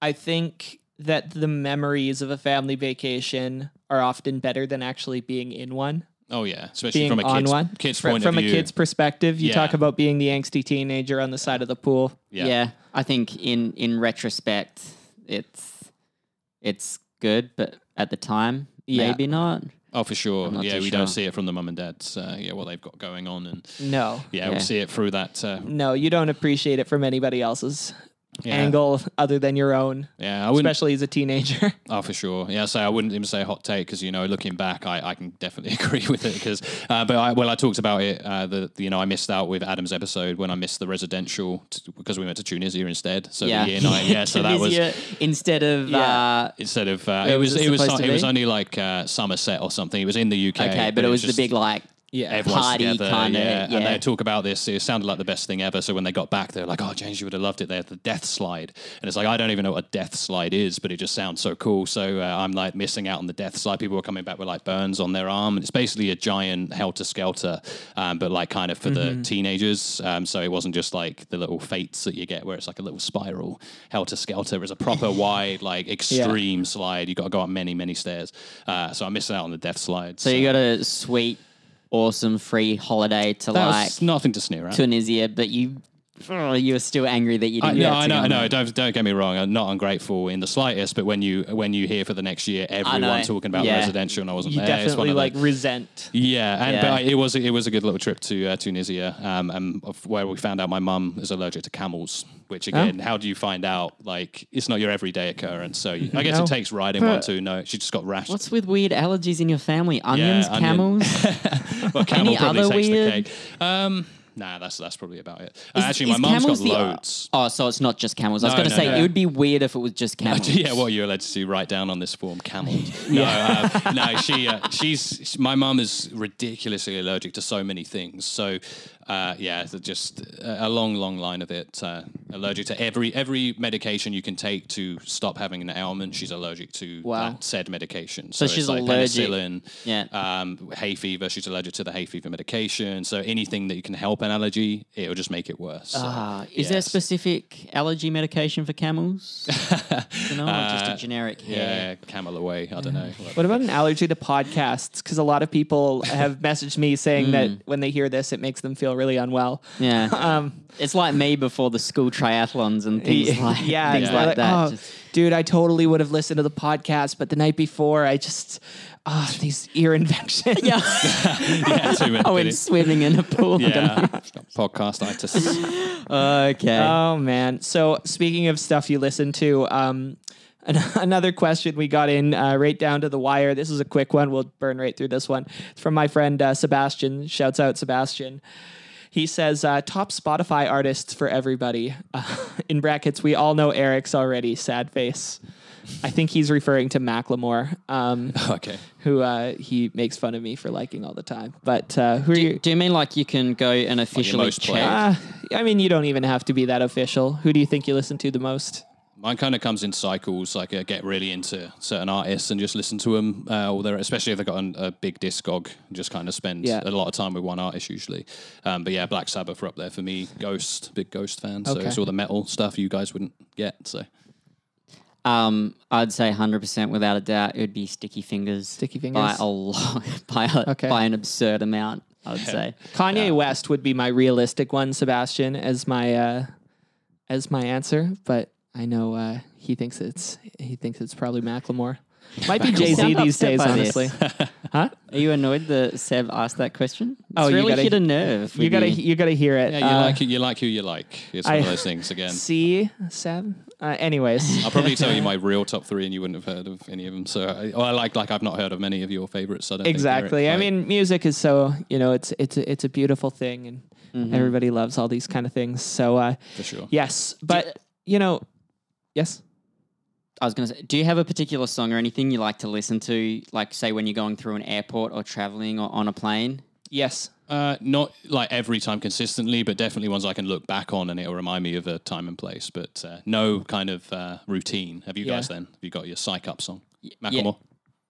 Speaker 1: I think that the memories of a family vacation are often better than actually being in one.
Speaker 2: oh yeah, especially
Speaker 1: Being
Speaker 2: from a
Speaker 1: on
Speaker 2: kid's,
Speaker 1: one,
Speaker 2: kid's
Speaker 1: Fr-
Speaker 2: point
Speaker 1: from
Speaker 2: of
Speaker 1: a
Speaker 2: view.
Speaker 1: kid's perspective, you
Speaker 2: Yeah.
Speaker 1: talk about being the angsty teenager on the side of the pool.
Speaker 3: yeah. I think in in retrospect, it's it's good, but at the time,
Speaker 1: Yeah.
Speaker 3: maybe not.
Speaker 2: Oh, for sure.
Speaker 3: not
Speaker 2: Yeah,
Speaker 3: too
Speaker 2: we don't
Speaker 3: sure.
Speaker 2: see it from the mum and dad's. Uh, yeah, what they've got going on, and
Speaker 1: No,
Speaker 2: yeah,
Speaker 3: Yeah.
Speaker 2: we'll see it through that uh,
Speaker 1: no, you don't appreciate it from anybody else's
Speaker 2: yeah.
Speaker 1: angle other than your own,
Speaker 2: Yeah, I wouldn't.
Speaker 1: especially as a teenager.
Speaker 2: Oh, for sure. Yeah, so I wouldn't even say hot take because you know, looking back, I, I can definitely agree with it. Because, uh, but I, well, I talked about it. Uh, the you know, I missed out with Adam's episode when I missed the residential t- because we went to Tunisia instead. So yeah,
Speaker 3: Yeah,
Speaker 2: the year nine, yeah. So that was
Speaker 3: Tunisia instead of
Speaker 1: Yeah.
Speaker 3: uh,
Speaker 2: instead of uh,
Speaker 3: Where
Speaker 2: it
Speaker 3: was
Speaker 2: was
Speaker 3: it
Speaker 2: it was
Speaker 3: supposed
Speaker 2: so-
Speaker 3: to
Speaker 2: it was
Speaker 3: be?
Speaker 2: only like uh, Somerset or something. It was in the UK.
Speaker 3: okay, but it was
Speaker 2: just-
Speaker 3: the big like
Speaker 1: yeah,
Speaker 2: everyone's
Speaker 3: party
Speaker 2: together,
Speaker 3: kinda,
Speaker 2: yeah. And
Speaker 3: yeah.
Speaker 2: they talk about this. It sounded like the best thing ever. So when they got back, they're like, "Oh, James, you would have loved it." They had the death slide, and it's like I don't even know what a death slide is, but it just sounds so cool. So uh, I'm like missing out on the death slide. People are coming back with like burns on their arm, and it's basically a giant helter skelter, um, but like kind of for
Speaker 3: Mm-hmm.
Speaker 2: the teenagers. Um, so it wasn't just like the little fates that you get where it's like a little spiral helter skelter. It was a proper wide, like extreme slide. You got to go up many, many stairs. Uh, so I'm missing out on the death slide.
Speaker 3: so you got a sweet, awesome free holiday to
Speaker 2: that
Speaker 3: like
Speaker 2: was nothing to sneer at.
Speaker 3: Tunisia, but you oh, you were still angry that you
Speaker 2: I,
Speaker 3: didn't.
Speaker 2: no,
Speaker 3: get
Speaker 2: I
Speaker 3: to
Speaker 2: know,
Speaker 3: go
Speaker 2: I know.
Speaker 3: there.
Speaker 2: Don't don't get me wrong. I'm not ungrateful in the slightest. But when you when you hear for the next year, everyone
Speaker 3: know.
Speaker 2: talking about
Speaker 3: Yeah.
Speaker 2: residential, and I wasn't
Speaker 1: you
Speaker 2: there. it's one
Speaker 1: definitely
Speaker 2: of
Speaker 1: like
Speaker 2: the-
Speaker 1: resent.
Speaker 2: yeah, and
Speaker 3: Yeah.
Speaker 2: but it was it was a good little trip to uh, Tunisia, um, and of where we found out my mum is allergic to camels. Which
Speaker 3: Oh.
Speaker 2: again, how do you find out? Like, it's not your everyday occurrence. So you, I guess
Speaker 1: No.
Speaker 2: it takes riding one to know. She just got rash.
Speaker 3: What's with weird allergies in your family? Onions,
Speaker 2: onion.
Speaker 3: camels.
Speaker 2: well, camel
Speaker 3: any
Speaker 2: probably
Speaker 3: other
Speaker 2: takes
Speaker 3: weird-
Speaker 2: the cake. Um, nah, that's that's probably about it. Uh,
Speaker 3: Is-
Speaker 2: actually, my
Speaker 3: is
Speaker 2: mum's got
Speaker 3: camels the-
Speaker 2: loads.
Speaker 3: oh, so it's not just camels. I was
Speaker 2: No,
Speaker 3: going to
Speaker 2: no,
Speaker 3: say
Speaker 2: no.
Speaker 3: it would be weird if it was just camels.
Speaker 2: yeah, what you're allowed to do, write down on this form, camels. No, uh, no, she, uh, she's my mum is ridiculously allergic to so many things. So, uh, yeah, it's just a a long, long line of it. Uh, allergic to every every medication you can take to stop having an ailment. She's allergic to
Speaker 3: Wow.
Speaker 2: that said medication.
Speaker 3: So
Speaker 2: it's
Speaker 3: she's
Speaker 2: like
Speaker 3: allergic.
Speaker 2: penicillin,
Speaker 3: Yeah.
Speaker 2: um, hay fever. She's allergic to the hay fever medication. So anything that you can help an allergy, it'll just make it worse. So,
Speaker 3: Ah, is there
Speaker 2: yes.
Speaker 3: specific allergy medication for camels? you know, or
Speaker 2: Uh,
Speaker 3: just a generic
Speaker 2: yeah,
Speaker 3: hair.
Speaker 2: camel away. I don't know.
Speaker 1: What about an allergy to podcasts? Because a lot of people have messaged me saying
Speaker 2: Hmm.
Speaker 1: that when they hear this, it makes them feel really unwell.
Speaker 3: Yeah,
Speaker 1: Um,
Speaker 3: it's like me before the school triathlons and things like
Speaker 1: yeah,
Speaker 3: things
Speaker 1: it's
Speaker 3: like, that.
Speaker 1: oh,
Speaker 3: Just-
Speaker 1: dude, I totally would have listened to the podcast, but the night before, I just ah these ear infections.
Speaker 3: yeah,
Speaker 2: yeah, too many
Speaker 3: I went
Speaker 2: videos.
Speaker 3: swimming in a pool.
Speaker 2: Yeah, podcastite.
Speaker 3: Okay.
Speaker 1: Oh man! So speaking of stuff you listen to, um, an- another question we got in uh, right down to the wire. This is a quick one. We'll burn right through this one. It's from my friend uh, Sebastian. Shouts out Sebastian. He says uh, top Spotify artists for everybody. Uh, in brackets, we all know Eric's already. Sad face. I think he's referring to Macklemore, um,
Speaker 2: okay.
Speaker 1: who uh, he makes fun of me for liking all the time. But uh, who are you?
Speaker 3: Do you mean like you can go and officially
Speaker 2: most
Speaker 3: check?
Speaker 2: played.
Speaker 1: Uh, I mean, you don't even have to be that official. Who do you think you listen to the most?
Speaker 2: Mine kind of comes in cycles. Like I get really into certain artists and just listen to them, uh, or they're- especially if they've got an, a big discog, just kind of spend
Speaker 1: Yeah.
Speaker 2: a lot of time with one artist usually. Um, but yeah, Black Sabbath are up there for me. Ghost, big Ghost fan. So
Speaker 1: Okay.
Speaker 2: it's all the metal stuff you guys wouldn't get. So
Speaker 3: Um, I'd say 100% without a doubt, it would be Sticky Fingers.
Speaker 1: Sticky
Speaker 3: By
Speaker 1: Fingers.
Speaker 3: a lot, by, a,
Speaker 1: Okay.
Speaker 3: by an absurd amount, I would say.
Speaker 1: Kanye West would be my realistic one, Sebastian, as my uh, as my answer. But I know uh, he thinks it's he thinks it's probably Macklemore. Might be Jay Z
Speaker 3: Sound
Speaker 1: these
Speaker 3: upset
Speaker 1: days,
Speaker 3: by this.
Speaker 1: honestly. huh?
Speaker 3: Are you annoyed that Seb asked that question? It's
Speaker 1: Oh, you
Speaker 3: really
Speaker 1: gotta-
Speaker 3: hit a nerve.
Speaker 1: You
Speaker 3: with
Speaker 1: gotta you gotta hear it.
Speaker 2: yeah, you
Speaker 1: Uh,
Speaker 2: like you like who you like. It's one of
Speaker 1: I-
Speaker 2: those things again.
Speaker 1: See, Seb. Uh, anyways,
Speaker 2: I'll probably tell you my real top three, and you wouldn't have heard of any of them. So I, well, I like like I've not heard of many of your favorites. So I don't think they're,
Speaker 1: exactly. I
Speaker 2: like-
Speaker 1: mean, music is so you know it's it's a, it's a beautiful thing, and
Speaker 2: Mm-hmm.
Speaker 1: everybody loves all these kind of things. So uh,
Speaker 2: for sure.
Speaker 1: yes, but you know, yes.
Speaker 3: I was gonna say, do you have a particular song or anything you like to listen to? Like, say when you're going through an airport or traveling or on a plane.
Speaker 1: Yes.
Speaker 2: Uh, not like every time consistently, but definitely ones I can look back on and it'll remind me of a time and place. But uh, no kind of uh, routine. Have you
Speaker 1: Yeah.
Speaker 2: guys then? Have you got your psych up song? Macklemore.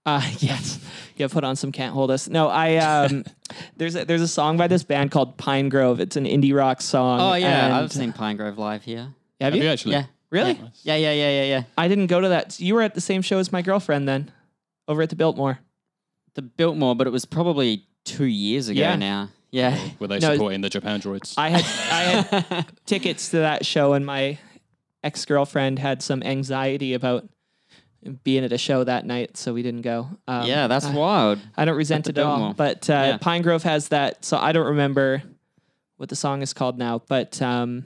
Speaker 1: Uh, yes. Yeah, put on some can't hold us. No, I um, there's a, there's a song by this band called Pine Grove. It's an indie rock song.
Speaker 3: Oh yeah,
Speaker 1: and-
Speaker 3: I've seen Pine Grove live here.
Speaker 1: Have
Speaker 2: Have you
Speaker 1: you?
Speaker 2: actually?
Speaker 3: Yeah,
Speaker 1: Really?
Speaker 3: yeah, yeah, yeah, yeah, yeah.
Speaker 1: I didn't go to that. You were at the same show as my girlfriend then, over at the Biltmore.
Speaker 3: The Biltmore, but it was probably two years ago
Speaker 1: Yeah.
Speaker 3: now. Yeah,
Speaker 2: Were they
Speaker 1: No.
Speaker 2: supporting the Japan droids?
Speaker 1: I had I had tickets to that show, and my ex girlfriend had some anxiety about being at a show that night, so we didn't go. Um,
Speaker 3: yeah, that's wild.
Speaker 1: I don't resent
Speaker 3: the
Speaker 1: it at all.
Speaker 3: Biltmore.
Speaker 1: But uh,
Speaker 3: Yeah.
Speaker 1: Pine Grove has that. So I don't remember what the song is called now, but um,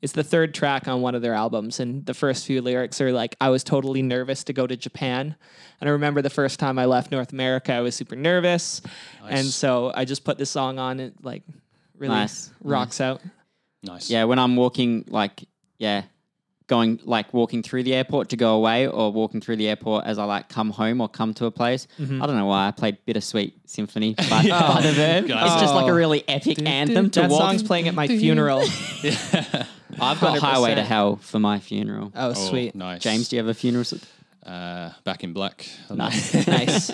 Speaker 1: it's the third track on one of their albums. And the first few lyrics are like, I was totally nervous to go to Japan. And I remember the first time I left North America, I was super nervous. And so I just put this song on. It like really
Speaker 3: Nice.
Speaker 1: rocks out.
Speaker 2: nice.
Speaker 3: Yeah, when I'm walking, like, yeah, going like walking through the airport to go away, or walking through the airport as I like come home or come to a place. I don't know why I played Bittersweet Symphony, but by the verb,
Speaker 2: Guys.
Speaker 3: it's just like
Speaker 1: Oh.
Speaker 3: a really epic anthem to
Speaker 1: that
Speaker 3: walk.
Speaker 1: song's playing at my funeral.
Speaker 3: I've got Highway to
Speaker 1: 100%.
Speaker 3: Hell for my funeral.
Speaker 1: Oh,
Speaker 2: Oh,
Speaker 1: sweet.
Speaker 2: Nice.
Speaker 3: James, do you have a funeral? s-
Speaker 2: Uh, back in black.
Speaker 3: Nice. it
Speaker 1: nice.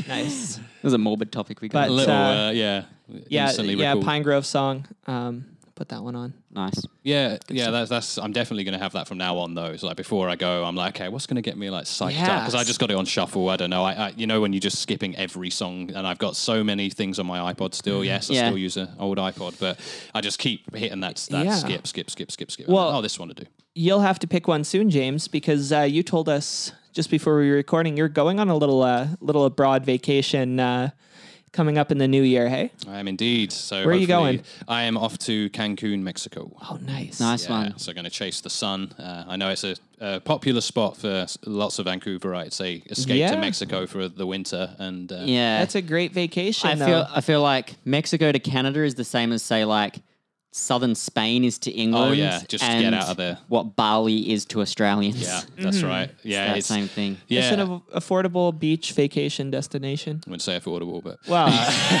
Speaker 1: nice.
Speaker 3: was a morbid topic we got.
Speaker 2: A
Speaker 1: But-
Speaker 2: little,
Speaker 1: Uh,
Speaker 2: uh, yeah.
Speaker 1: Yeah,
Speaker 2: instantly
Speaker 1: yeah,
Speaker 2: recalled.
Speaker 1: Pine Grove song. Um, put that one on.
Speaker 3: nice.
Speaker 2: Yeah, yeah, that's, that's I'm definitely going to have that from now on though. It's like before I go, I'm like, okay, what's going to get me like psyched up? Because I
Speaker 1: Yes.
Speaker 2: just got it on shuffle. I don't know. I, I you know when you're just skipping every song, and I've got so many things on my iPod still.
Speaker 1: Mm-hmm.
Speaker 2: Yes, I
Speaker 3: Yeah.
Speaker 2: still use an old iPod, but I just keep hitting that that
Speaker 1: Yeah.
Speaker 2: skip, skip, skip, skip, skip.
Speaker 1: Well-
Speaker 2: oh, this one to do.
Speaker 1: you'll have to pick one soon, James, because uh, you told us just before we were recording you're going on a little uh, little abroad vacation uh, coming up in the new year. Hey,
Speaker 2: I am indeed. So
Speaker 1: Where are you
Speaker 2: hopefully-
Speaker 1: going?
Speaker 2: I am off to Cancun, Mexico.
Speaker 1: oh, nice,
Speaker 3: Nice
Speaker 2: Yeah,
Speaker 3: one.
Speaker 2: So going to chase the sun. Uh, I know it's a, a popular spot for s- lots of Vancouverites. They escape
Speaker 1: Yeah.
Speaker 2: to Mexico for the winter, and uh,
Speaker 3: Yeah.
Speaker 1: That's a great vacation.
Speaker 3: I
Speaker 1: though.
Speaker 3: feel I feel like Mexico to Canada is the same as say like southern Spain is to England.
Speaker 2: Oh, yeah, just get
Speaker 3: and
Speaker 2: out of there.
Speaker 3: What Bali is to Australians.
Speaker 2: Yeah, that's right. Yeah,
Speaker 3: mm-hmm. that
Speaker 2: it's,
Speaker 3: same thing.
Speaker 1: it's
Speaker 2: Yeah,
Speaker 1: an affordable beach vacation destination.
Speaker 2: I would say affordable, but
Speaker 1: Wow,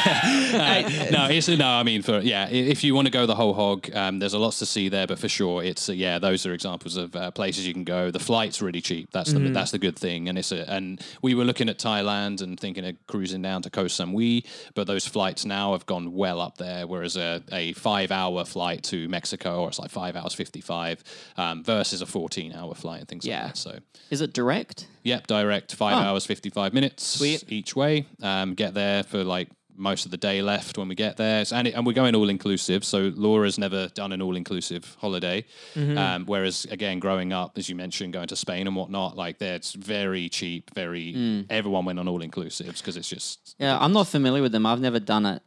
Speaker 3: uh,
Speaker 2: no, it's no. I mean, for yeah, i- if you want to go the whole hog, um, there's a lot to see there. But for sure, it's uh, yeah, those are examples of uh, places you can go. The flight's really cheap. That's
Speaker 3: Mm-hmm.
Speaker 2: the that's the good thing. And it's a, and we were looking at Thailand and thinking of cruising down to Koh Samui, but those flights now have gone well up there. Whereas a, a five hour flight to Mexico, or it's like five hours fifty five, um, versus a fourteen hour flight and things
Speaker 1: Yeah.
Speaker 2: like that. So
Speaker 3: Is it direct?
Speaker 2: Yep, direct. Five hours, fifty-five minutes each way. Um, get there for like most of the day left when we get there, So- and it, and we're going all inclusive. So Laura's never done an all inclusive holiday.
Speaker 3: Mm-hmm.
Speaker 2: Um, whereas again, growing up, as you mentioned, going to Spain and whatnot, like there, it's very cheap. Very
Speaker 3: Mm.
Speaker 2: everyone went on all inclusives because it's just
Speaker 3: Yeah, I'm not familiar with them. I've never done it.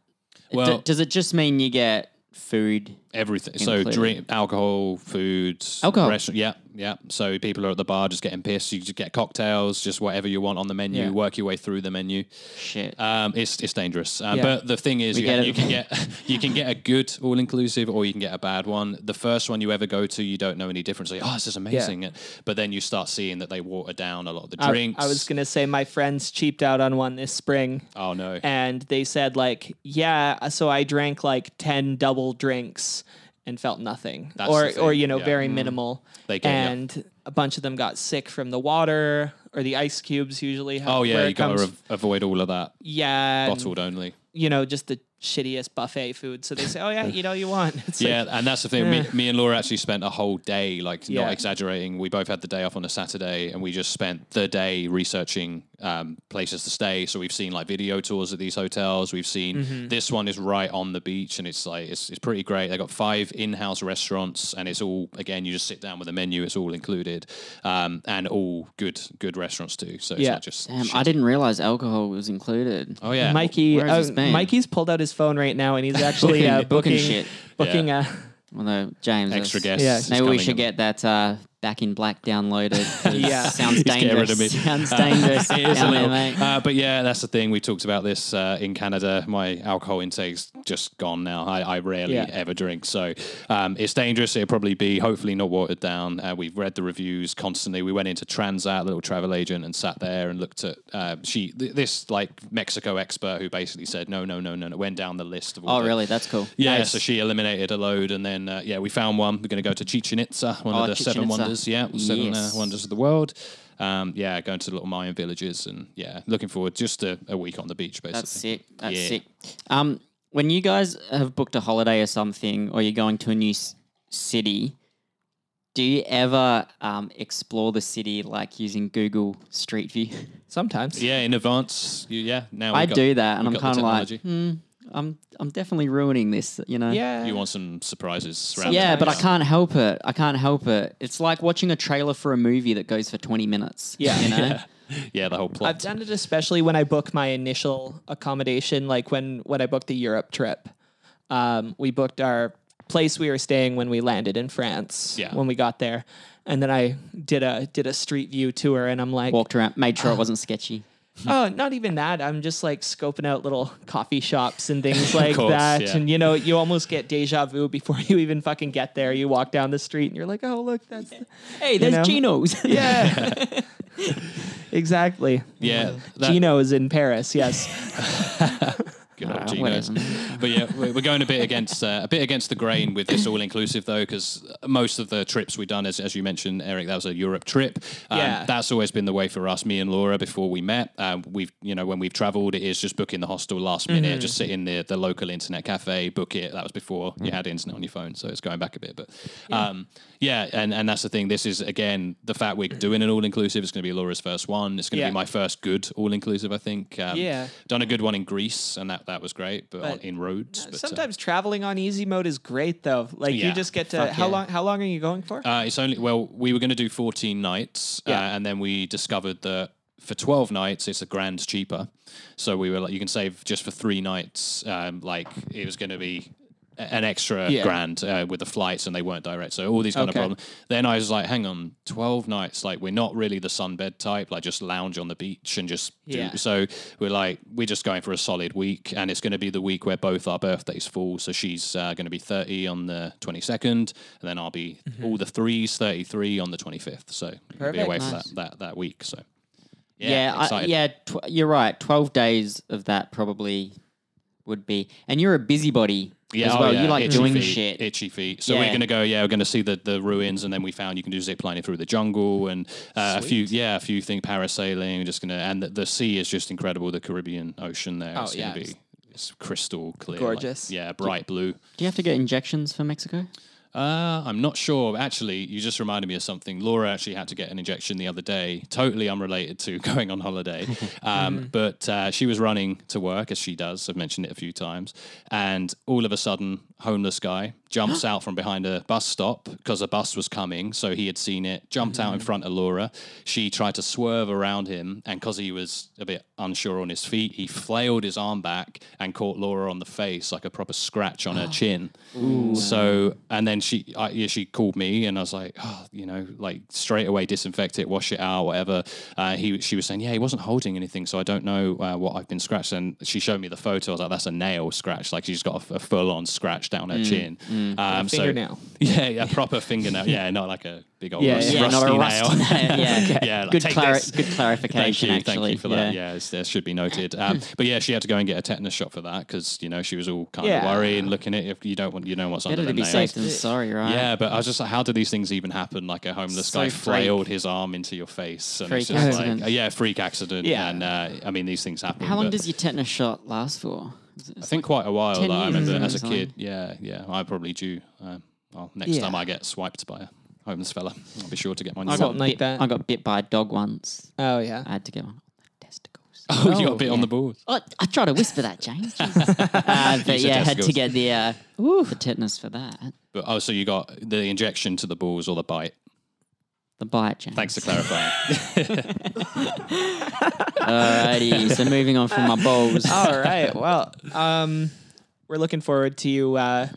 Speaker 3: D-
Speaker 2: Well-
Speaker 3: does it just mean you get food?
Speaker 2: everything. So
Speaker 3: Included.
Speaker 2: drink, alcohol, foods,
Speaker 3: Alcohol.
Speaker 2: restaurant. Yeah, yeah. So people are at the bar just getting pissed. You just get cocktails, just whatever you want on the menu.
Speaker 1: Yeah.
Speaker 2: Work your way through the menu.
Speaker 3: Shit.
Speaker 2: Um, it's it's dangerous. Um,
Speaker 1: Yeah.
Speaker 2: But the thing is, you,
Speaker 3: get it.
Speaker 2: you can get you can get a good all inclusive or you can get a bad one. The first one you ever go to, you don't know any difference. Like, oh, this is amazing. But then you start seeing that they water down a lot of the
Speaker 1: I,
Speaker 2: drinks.
Speaker 1: I was gonna say my friends cheaped out on one this spring.
Speaker 2: oh no.
Speaker 1: and they said like yeah so i drank like 10 double drinks and felt nothing,
Speaker 2: That's
Speaker 1: or
Speaker 2: the thing,
Speaker 1: or you know
Speaker 2: yeah. Mm-hmm.
Speaker 1: very minimal.
Speaker 2: They can, yeah.
Speaker 1: and a bunch of them got sick from the water or the ice cubes. Usually, how,
Speaker 2: Oh
Speaker 1: where
Speaker 2: yeah,
Speaker 1: it
Speaker 2: you got
Speaker 1: comes-
Speaker 2: to avoid all of that.
Speaker 1: yeah, and,
Speaker 2: Bottled only.
Speaker 1: you know just the shittiest buffet food. So they say, oh yeah, eat all you want. It's
Speaker 2: yeah,
Speaker 1: like,
Speaker 2: and that's the thing. Me, me and Laura actually spent a whole day, like
Speaker 1: Yeah.
Speaker 2: not exaggerating. We both had the day off on a Saturday, and we just spent the day researching um, places to stay. So we've seen like video tours of these hotels. We've seen
Speaker 1: Mm-hmm.
Speaker 2: this one is right on the beach, and it's like it's, it's pretty great. They got five in-house restaurants, and it's all again. You just sit down with a menu. It's all included, um, and all good good restaurants too. So it's
Speaker 1: Yeah.
Speaker 2: not just
Speaker 3: Damn,
Speaker 2: shit.
Speaker 3: I didn't realize alcohol was included.
Speaker 2: oh yeah,
Speaker 1: Mikey,
Speaker 3: Where has
Speaker 1: uh,
Speaker 3: this been?
Speaker 1: Mikey's pulled out his phone right now, and he's actually
Speaker 3: Booking-
Speaker 1: uh,
Speaker 3: booking
Speaker 1: booking
Speaker 3: shit.
Speaker 1: booking, uh,
Speaker 3: Although James,
Speaker 2: extra
Speaker 3: that's-
Speaker 2: guests.
Speaker 1: Yeah.
Speaker 2: is
Speaker 3: Maybe we
Speaker 2: coming
Speaker 3: should
Speaker 2: up.
Speaker 3: get that uh, back in black downloaded. 'cause
Speaker 1: Yeah.
Speaker 3: sounds
Speaker 2: He's getting rid
Speaker 3: dangerous.
Speaker 2: of me.
Speaker 3: Sounds dangerous.
Speaker 2: It is a
Speaker 3: down there,
Speaker 2: little-
Speaker 3: mate.
Speaker 2: uh, but yeah, that's the thing. We talked about this uh, in Canada. My alcohol intake's just gone now. I, I rarely
Speaker 1: Yeah.
Speaker 2: ever drink, so um, it's dangerous. It'll probably be hopefully not watered down. Uh, we've read the reviews constantly. We went into Transat, a little travel agent, and sat there and looked at uh, she th- this like Mexico expert who basically said no, no, no, no, no. Went down the list of all
Speaker 3: oh,
Speaker 2: the-
Speaker 3: really? That's cool.
Speaker 2: yeah,
Speaker 3: Nice.
Speaker 2: so she eliminated a load, and then uh, yeah, we found one. We're going to go to Chichen Itza, one
Speaker 3: Oh,
Speaker 2: of the
Speaker 3: Chichen
Speaker 2: seven
Speaker 3: Itza.
Speaker 2: wonders. Yeah, seven
Speaker 3: Yes.
Speaker 2: uh, wonders of the world. Um, yeah, going to the little Mayan villages, and yeah, looking forward just a, a week on the beach, basically.
Speaker 3: That's sick. That's
Speaker 2: Yeah.
Speaker 3: sick. Um, when you guys have booked a holiday or something, or you're going to a new s- city, do you ever um, explore the city like using Google Street View?
Speaker 1: sometimes.
Speaker 2: Yeah, in advance. You, yeah, now
Speaker 3: I
Speaker 2: we've got-
Speaker 3: do that, and I'm
Speaker 2: we've got
Speaker 3: kind
Speaker 2: the
Speaker 3: of like,
Speaker 2: technology.
Speaker 3: hmm, I'm I'm definitely ruining this, you know.
Speaker 1: yeah.
Speaker 2: you want some surprises? around
Speaker 3: Yeah,
Speaker 2: the
Speaker 3: but I
Speaker 2: place.
Speaker 3: can't help it. I can't help it. It's like watching a trailer for a movie that goes for 20 minutes.
Speaker 1: Yeah.
Speaker 3: You know?
Speaker 2: Yeah, the whole
Speaker 1: I've
Speaker 2: plot.
Speaker 1: done it especially when I book my initial accommodation, like when when I booked the Europe trip. Um, we booked our place we were staying when we landed in France.
Speaker 2: Yeah.
Speaker 1: When we got there, and then I did a did a street view tour, and I'm like,
Speaker 3: Walked around, made sure it wasn't sketchy.
Speaker 1: oh, not even that. I'm just like scoping out little coffee shops and things like
Speaker 2: course,
Speaker 1: that,
Speaker 2: yeah.
Speaker 1: and you know, you almost get deja vu before you even fucking get there. You walk down the street and you're like, oh look, that's the-"
Speaker 3: Hey,
Speaker 1: there's
Speaker 3: there's Geno's.
Speaker 1: yeah. Exactly.
Speaker 2: Yeah, that-
Speaker 1: Gino is in Paris. Yes.
Speaker 2: Good old
Speaker 3: Ah,
Speaker 2: Geno's.
Speaker 3: whatever,
Speaker 2: Uh, but yeah, we- we're going a bit against uh, a bit against the grain with this all inclusive though, because most of the trips we've done, as, as you mentioned, Eric, that was a Europe trip. Um,
Speaker 1: Yeah.
Speaker 2: that's always been the way for us. Me and Laura, before we met, um, we've you know when we've travelled, it is just booking the hostel last minute, just sit in the the local internet cafe, book it. That was before you had internet on your phone, so it's going back a bit, but yeah, um, yeah and and that's the thing. This is again the fact we're doing an all inclusive. It's going to be Laura's first one. It's going to
Speaker 1: Yeah.
Speaker 2: be my first good all inclusive, I think. Um,
Speaker 1: Yeah.
Speaker 2: done a good one in Greece, and that, that was great. But, on,
Speaker 1: But-
Speaker 2: in Rhodes, but, uh,
Speaker 1: Sometimes traveling on easy mode is great though. Like you
Speaker 2: Yeah.
Speaker 1: just get to
Speaker 3: Fuck
Speaker 1: how
Speaker 3: yeah.
Speaker 1: long how long are you going for?
Speaker 2: uh, it's only well, we were going to do fourteen nights,
Speaker 1: Yeah.
Speaker 2: uh, and then we discovered that for twelve nights it's a grand cheaper. So we were like, you can save just for three nights. Um, like it was going to be a- an extra
Speaker 1: Yeah.
Speaker 2: grand uh, with the flights, and they weren't direct. So all these kind
Speaker 1: Okay.
Speaker 2: of problems. Then I was like, hang on, twelve nights. Like we're not really the sunbed type. Like just lounge on the beach and just do-
Speaker 1: Yeah.
Speaker 2: So we're like, we're just going for a solid week, and it's going to be the week where both our birthdays fall. So she's uh, going to be 30 on the 22nd, and then I'll be all the threes 33 on the 25th. So we'll be
Speaker 1: Mm-hmm. Perfect.
Speaker 2: away for
Speaker 3: Nice.
Speaker 2: that, that that week. So
Speaker 3: yeah, I,
Speaker 2: excited.
Speaker 3: yeah. Tw- you're right. Twelve days of that probably would be, and you're a busybody as
Speaker 2: oh,
Speaker 3: well. you like
Speaker 2: itchy
Speaker 3: doing
Speaker 2: feet,
Speaker 3: shit.
Speaker 2: Itchy feet. So
Speaker 3: Yeah.
Speaker 2: we're going to go, yeah, we're going to see the, the ruins. And then we found you can do zip lining through the jungle and uh, a few, yeah, a few things, parasailing. We're just going to, and the, the sea is just incredible. The Caribbean Ocean there.
Speaker 1: Oh,
Speaker 2: it's
Speaker 1: yeah,
Speaker 2: going to
Speaker 1: it's-
Speaker 2: be it's crystal clear. like-
Speaker 1: Gorgeous.
Speaker 2: yeah, bright blue.
Speaker 3: Do you have to get injections for Mexico?
Speaker 2: Uh, I'm not sure. Actually, you just reminded me of something. Laura actually had to get an injection the other day, totally unrelated to going on holiday. Um, But uh, she was running to work, as she does. I've mentioned it a few times. And all of a sudden, homeless guy jumps out from behind a bus stop because a bus was coming. So he had seen it, jumped out in front of Laura. She tried to swerve around him. And because he was a bit unsure on his feet, he flailed his arm back and caught Laura on the face, like a proper scratch on her chin. So, and then she, I, yeah, she called me, and I was like, oh, you know, like straight away disinfect it, wash it out, whatever. Uh, he, she was saying, yeah, he wasn't holding anything, so I don't know uh, what I've been scratched. And she showed me the photo. I was like, that's a nail scratch. Like she's got a, full on scratch down
Speaker 3: Mm,
Speaker 2: her chin. Um, so-
Speaker 1: Fingernail.
Speaker 2: yeah, a proper fingernail. Yeah, not like a big old
Speaker 1: Yeah,
Speaker 2: rusty,
Speaker 1: yeah,
Speaker 3: not a
Speaker 2: nail.
Speaker 3: rusty nail. Yeah.
Speaker 2: yeah, like,
Speaker 3: good,
Speaker 2: take
Speaker 3: clari-
Speaker 2: this.
Speaker 3: good clarification,
Speaker 2: Thank you,
Speaker 3: actually.
Speaker 2: thank you for that. Yeah, it's- that should be noted. Um, but yeah, she had to go and get a tetanus shot for that because you know she was all kind
Speaker 1: Yeah.
Speaker 2: of worried and looking at it. if you don't want you know what's under
Speaker 3: Better
Speaker 2: the
Speaker 3: to be
Speaker 2: nails.
Speaker 3: safe than sorry, right?
Speaker 2: Yeah, but I was just like, how do these things even happen? Like a homeless
Speaker 3: So
Speaker 2: guy
Speaker 3: freak.
Speaker 2: flailed his arm into your face, and it's
Speaker 3: Freak
Speaker 2: just
Speaker 3: accident.
Speaker 2: like, yeah, freak accident.
Speaker 1: Yeah.
Speaker 2: and uh, I mean these things happen.
Speaker 3: How long
Speaker 2: but-
Speaker 3: does your tetanus shot last for? Is it-
Speaker 2: I think quite a while.
Speaker 3: 10
Speaker 2: Like, I
Speaker 3: years
Speaker 2: remember
Speaker 3: or
Speaker 2: as a
Speaker 3: something?
Speaker 2: kid. Yeah, yeah. I probably do. Um, well, next
Speaker 1: Yeah.
Speaker 2: time I get swiped by a homeless fella, I'll be sure to get my.
Speaker 3: I
Speaker 2: new
Speaker 3: got
Speaker 2: one.
Speaker 1: Something like
Speaker 3: bit,
Speaker 1: that.
Speaker 3: I got bit by a dog once.
Speaker 1: Oh yeah.
Speaker 3: I had to get one of the testicles.
Speaker 2: Oh, you got
Speaker 1: Oh,
Speaker 2: a bit on the board.
Speaker 3: Oh, I try to whisper that, James. Jesus. uh, but
Speaker 2: Use your
Speaker 3: yeah, I had to
Speaker 2: testicles.
Speaker 3: get the uh, the tetanus for that.
Speaker 2: But oh, so you got the injection to the balls or the bite?
Speaker 3: The bite, James.
Speaker 2: Thanks for clarifying.
Speaker 3: Alrighty, so moving on from my balls.
Speaker 1: All right. Well, um, we're looking forward to you uh,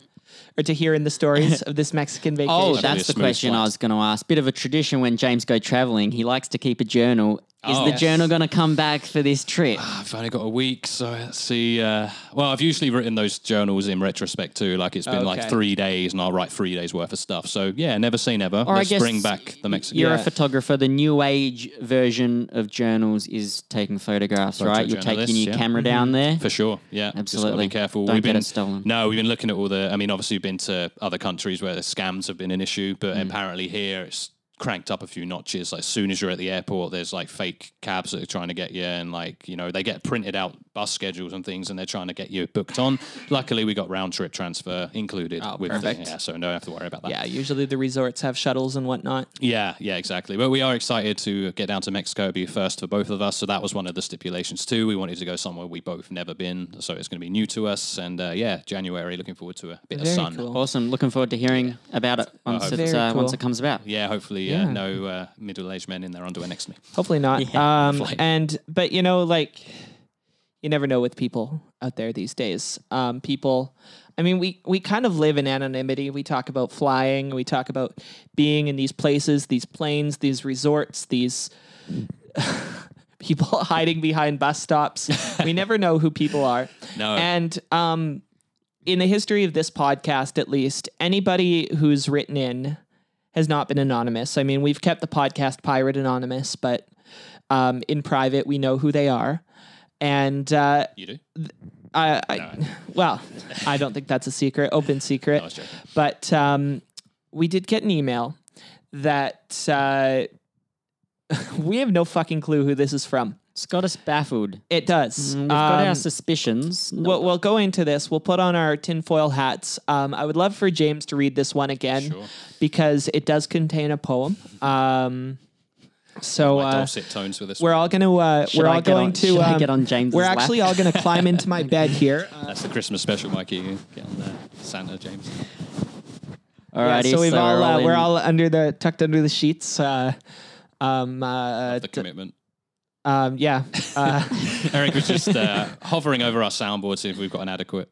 Speaker 1: or to hearing the stories of this Mexican vacation.
Speaker 3: Oh,
Speaker 2: Actually a
Speaker 3: that's the
Speaker 2: smooth
Speaker 3: question
Speaker 2: flight.
Speaker 3: I was going to ask. Bit of a tradition when James go traveling, he likes to keep a journal. Is
Speaker 2: Oh.
Speaker 3: the
Speaker 2: Yes.
Speaker 3: journal going to come back for this trip?
Speaker 1: Ah,
Speaker 2: I've only got a week, so let's see. Uh, well, I've usually written those journals in retrospect too. Like it's been like
Speaker 1: Okay.
Speaker 2: three days, and I'll write three days worth of stuff. So yeah, never say never.
Speaker 3: Or
Speaker 2: Let's
Speaker 3: I guess
Speaker 2: bring back the Mexican.
Speaker 3: You're a
Speaker 1: Yeah.
Speaker 3: photographer. The new age version of journals is taking photographs, right? You're taking
Speaker 2: journalists,
Speaker 3: your
Speaker 2: yeah.
Speaker 3: camera
Speaker 1: Mm-hmm.
Speaker 3: down there.
Speaker 2: For sure, yeah. Just gotta
Speaker 3: Absolutely.
Speaker 2: be careful.
Speaker 3: Don't
Speaker 2: we've
Speaker 3: get
Speaker 2: been
Speaker 3: it stolen.
Speaker 2: No, we've been looking at all the. I mean, obviously, we've been to other countries where the scams have been an issue, but
Speaker 3: Mm.
Speaker 2: apparently here it's cranked up a few notches. Like, as soon as you're at the airport, there's like fake cabs that are trying to get you, and like you know they get printed out bus schedules and things, and they're trying to get you booked on. Luckily, we got round trip transfer included.
Speaker 3: Oh,
Speaker 2: with the-
Speaker 1: perfect.
Speaker 2: yeah, so no have to worry about that.
Speaker 1: yeah. Usually the resorts have shuttles and whatnot.
Speaker 2: Yeah, yeah, exactly. But we are excited to get down to Mexico. It'll be a first for both of us. So that was one of the stipulations too. We wanted to go somewhere we both never been, so it's going to be new to us. And uh, yeah, January. Looking forward to a bit
Speaker 1: Very
Speaker 2: of sun.
Speaker 1: cool.
Speaker 3: Awesome. Looking forward to hearing about it once,
Speaker 2: hope
Speaker 3: it's,
Speaker 1: so.
Speaker 3: uh,
Speaker 1: Very
Speaker 3: once
Speaker 1: cool.
Speaker 3: it comes about.
Speaker 2: Yeah, hopefully uh, no uh, middle-aged men in their underwear next to me.
Speaker 1: Hopefully not.
Speaker 3: Yeah.
Speaker 1: um, and but you know, like you never know with people out there these days. Um, people, I mean, we we kind of live in anonymity. We talk about flying. We talk about being in these places, these planes, these resorts, these. People hiding behind bus stops. We never know who people are.
Speaker 2: No.
Speaker 1: And um, in the history of this podcast, at least, anybody who's written in has not been anonymous. I mean, we've kept the podcast pirate anonymous, but um, in private, we know who they are. And uh,
Speaker 2: You do?
Speaker 1: I, I well, I don't think that's a secret, open secret.
Speaker 2: was joking.
Speaker 1: but um, we did get an email that uh, we have no fucking clue who this is from.
Speaker 3: It's got us baffled.
Speaker 1: It does.
Speaker 3: We've got
Speaker 1: Um,
Speaker 3: our suspicions. No,
Speaker 1: We'll, we'll go into this. We'll put on our tinfoil hats. Um, I would love for James to read this one again
Speaker 2: Sure.
Speaker 1: because it does contain a poem. Um, so
Speaker 2: My
Speaker 1: uh,
Speaker 2: dulcet tones with this.
Speaker 1: we're
Speaker 2: one.
Speaker 1: all going to uh,
Speaker 3: Should
Speaker 1: we're
Speaker 3: I
Speaker 1: all
Speaker 3: get
Speaker 1: going
Speaker 3: on-
Speaker 1: to
Speaker 3: should I
Speaker 1: um,
Speaker 3: get on James's
Speaker 1: We're
Speaker 3: lap?
Speaker 1: actually all going to climb into my bed here. Uh,
Speaker 2: That's the Christmas special, Mikey. You Get on there, Santa James.
Speaker 1: yeah,
Speaker 3: Alrighty,
Speaker 1: so we've all,
Speaker 3: we're
Speaker 1: uh, we're
Speaker 3: in-
Speaker 1: all under the tucked under the sheets. Uh, um, uh,
Speaker 2: The commitment.
Speaker 1: um, yeah. Uh,
Speaker 2: Eric was just uh, hovering over our soundboard, see if we've got an adequate.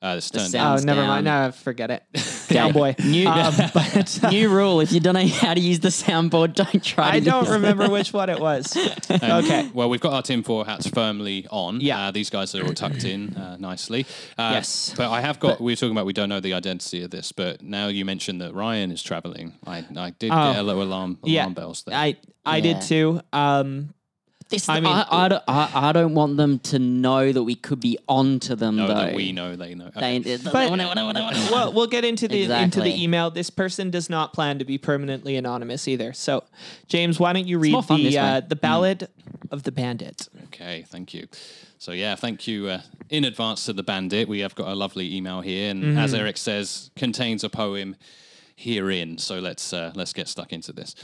Speaker 2: Uh, this turned.
Speaker 3: sound-
Speaker 1: oh,
Speaker 3: Thumbs
Speaker 1: never
Speaker 3: down.
Speaker 1: mind. No, forget it.
Speaker 3: Okay.
Speaker 1: Cowboy.
Speaker 3: New,
Speaker 1: Um, but
Speaker 3: new rule: if you don't know how to use the soundboard, don't try.
Speaker 1: I
Speaker 3: to
Speaker 1: don't
Speaker 3: use it.
Speaker 1: remember which one it was.
Speaker 2: Um,
Speaker 1: Okay.
Speaker 2: Well, we've got our Tim Four hats firmly on.
Speaker 1: Yeah.
Speaker 2: Uh, these guys are all tucked in uh, nicely. Uh,
Speaker 1: Yes.
Speaker 2: But I have got. we were talking about we don't know the identity of this, but now you mentioned that Ryan is traveling. I, I did
Speaker 1: Oh.
Speaker 2: get a little alarm alarm
Speaker 1: Yeah.
Speaker 2: bells there.
Speaker 1: I I
Speaker 3: Yeah.
Speaker 1: did too. Um,
Speaker 3: This,
Speaker 1: I
Speaker 3: I,
Speaker 1: mean-
Speaker 3: I, don't, I, I don't want them to know that we could be onto them,
Speaker 2: know
Speaker 3: though.
Speaker 2: that we know they know. Okay.
Speaker 3: They,
Speaker 1: But-
Speaker 3: but,
Speaker 1: well, we'll get into the into
Speaker 3: Exactly.
Speaker 1: the email. This person does not plan to be permanently anonymous either. So, James, why don't you read
Speaker 3: more fun this
Speaker 1: the uh,
Speaker 3: way. Mm.
Speaker 1: the ballad of the bandit?
Speaker 2: Okay, thank you. So yeah, thank you uh, in advance to the bandit. We have got a lovely email here,
Speaker 1: Mm-hmm.
Speaker 2: and as Eric says, contains a poem herein. So let's uh, let's get stuck into this.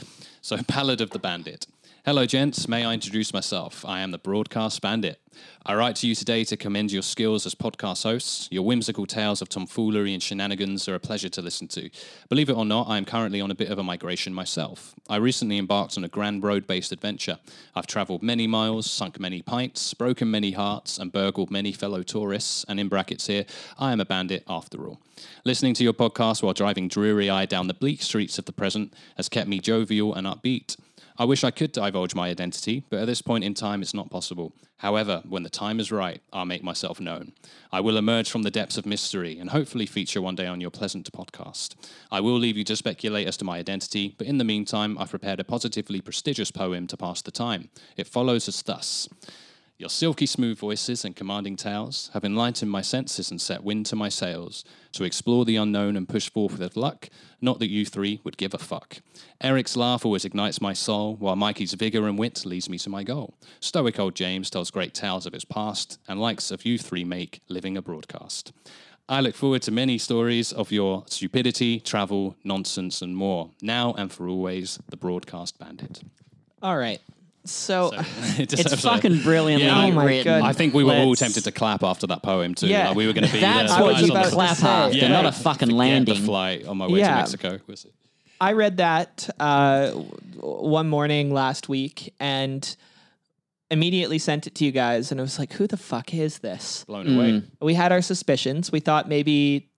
Speaker 2: So Ballad of the Bandit. Hello, gents. May I introduce myself? I am the broadcast bandit. I write to you today to commend your skills as podcast hosts. Your whimsical tales of tomfoolery and shenanigans are a pleasure to listen to. Believe it or not, I am currently on a bit of a migration myself. I recently embarked on a grand road based adventure. I've travelled many miles, sunk many pints, broken many hearts, and burgled many fellow tourists. And in brackets here, I am a bandit after all. Listening to your podcast while driving dreary eye down the bleak streets of the present has kept me jovial and upbeat. I wish I could divulge my identity, but at this point in time, it's not possible. However, when the time is right, I'll make myself known. I will emerge from the depths of mystery and hopefully feature one day on your pleasant podcast. I will leave you to speculate as to my identity, but in the meantime, I've prepared a positively prestigious poem to pass the time. It follows as thus. Your silky smooth voices and commanding tales have enlightened my senses and set wind to my sails to explore the unknown and push forth with luck. Not that you three would give a fuck. Eric's laugh always ignites my soul, while Mikey's vigor and wit leads me to my goal. Stoic old James tells great tales of his past, and likes of you three make living a broadcast. I look forward to many stories of your stupidity, travel, nonsense, and more. Now and for always, the broadcast bandit.
Speaker 1: All right. So,
Speaker 2: It
Speaker 3: It's
Speaker 2: deserves a-
Speaker 3: fucking brilliantly
Speaker 2: Yeah. Oh
Speaker 1: my
Speaker 3: written.
Speaker 1: God.
Speaker 2: I think we were all
Speaker 3: Let's-
Speaker 2: tempted to clap after that poem too.
Speaker 1: Yeah.
Speaker 2: Like, we were going to be.
Speaker 3: That's
Speaker 2: the
Speaker 1: I
Speaker 3: what
Speaker 1: was
Speaker 2: guys on
Speaker 3: you
Speaker 2: the-
Speaker 1: about to
Speaker 3: clap
Speaker 1: say.
Speaker 3: after,
Speaker 1: Yeah.
Speaker 3: not a fucking
Speaker 2: Yeah,
Speaker 3: landing.
Speaker 2: the flight on my way
Speaker 1: Yeah.
Speaker 2: to Mexico. Was it?
Speaker 1: I read that uh, w- one morning last week and immediately sent it to you guys, and I was like, "Who the fuck is this?"
Speaker 2: Blown
Speaker 3: Mm.
Speaker 2: away.
Speaker 1: We had our suspicions. We thought maybe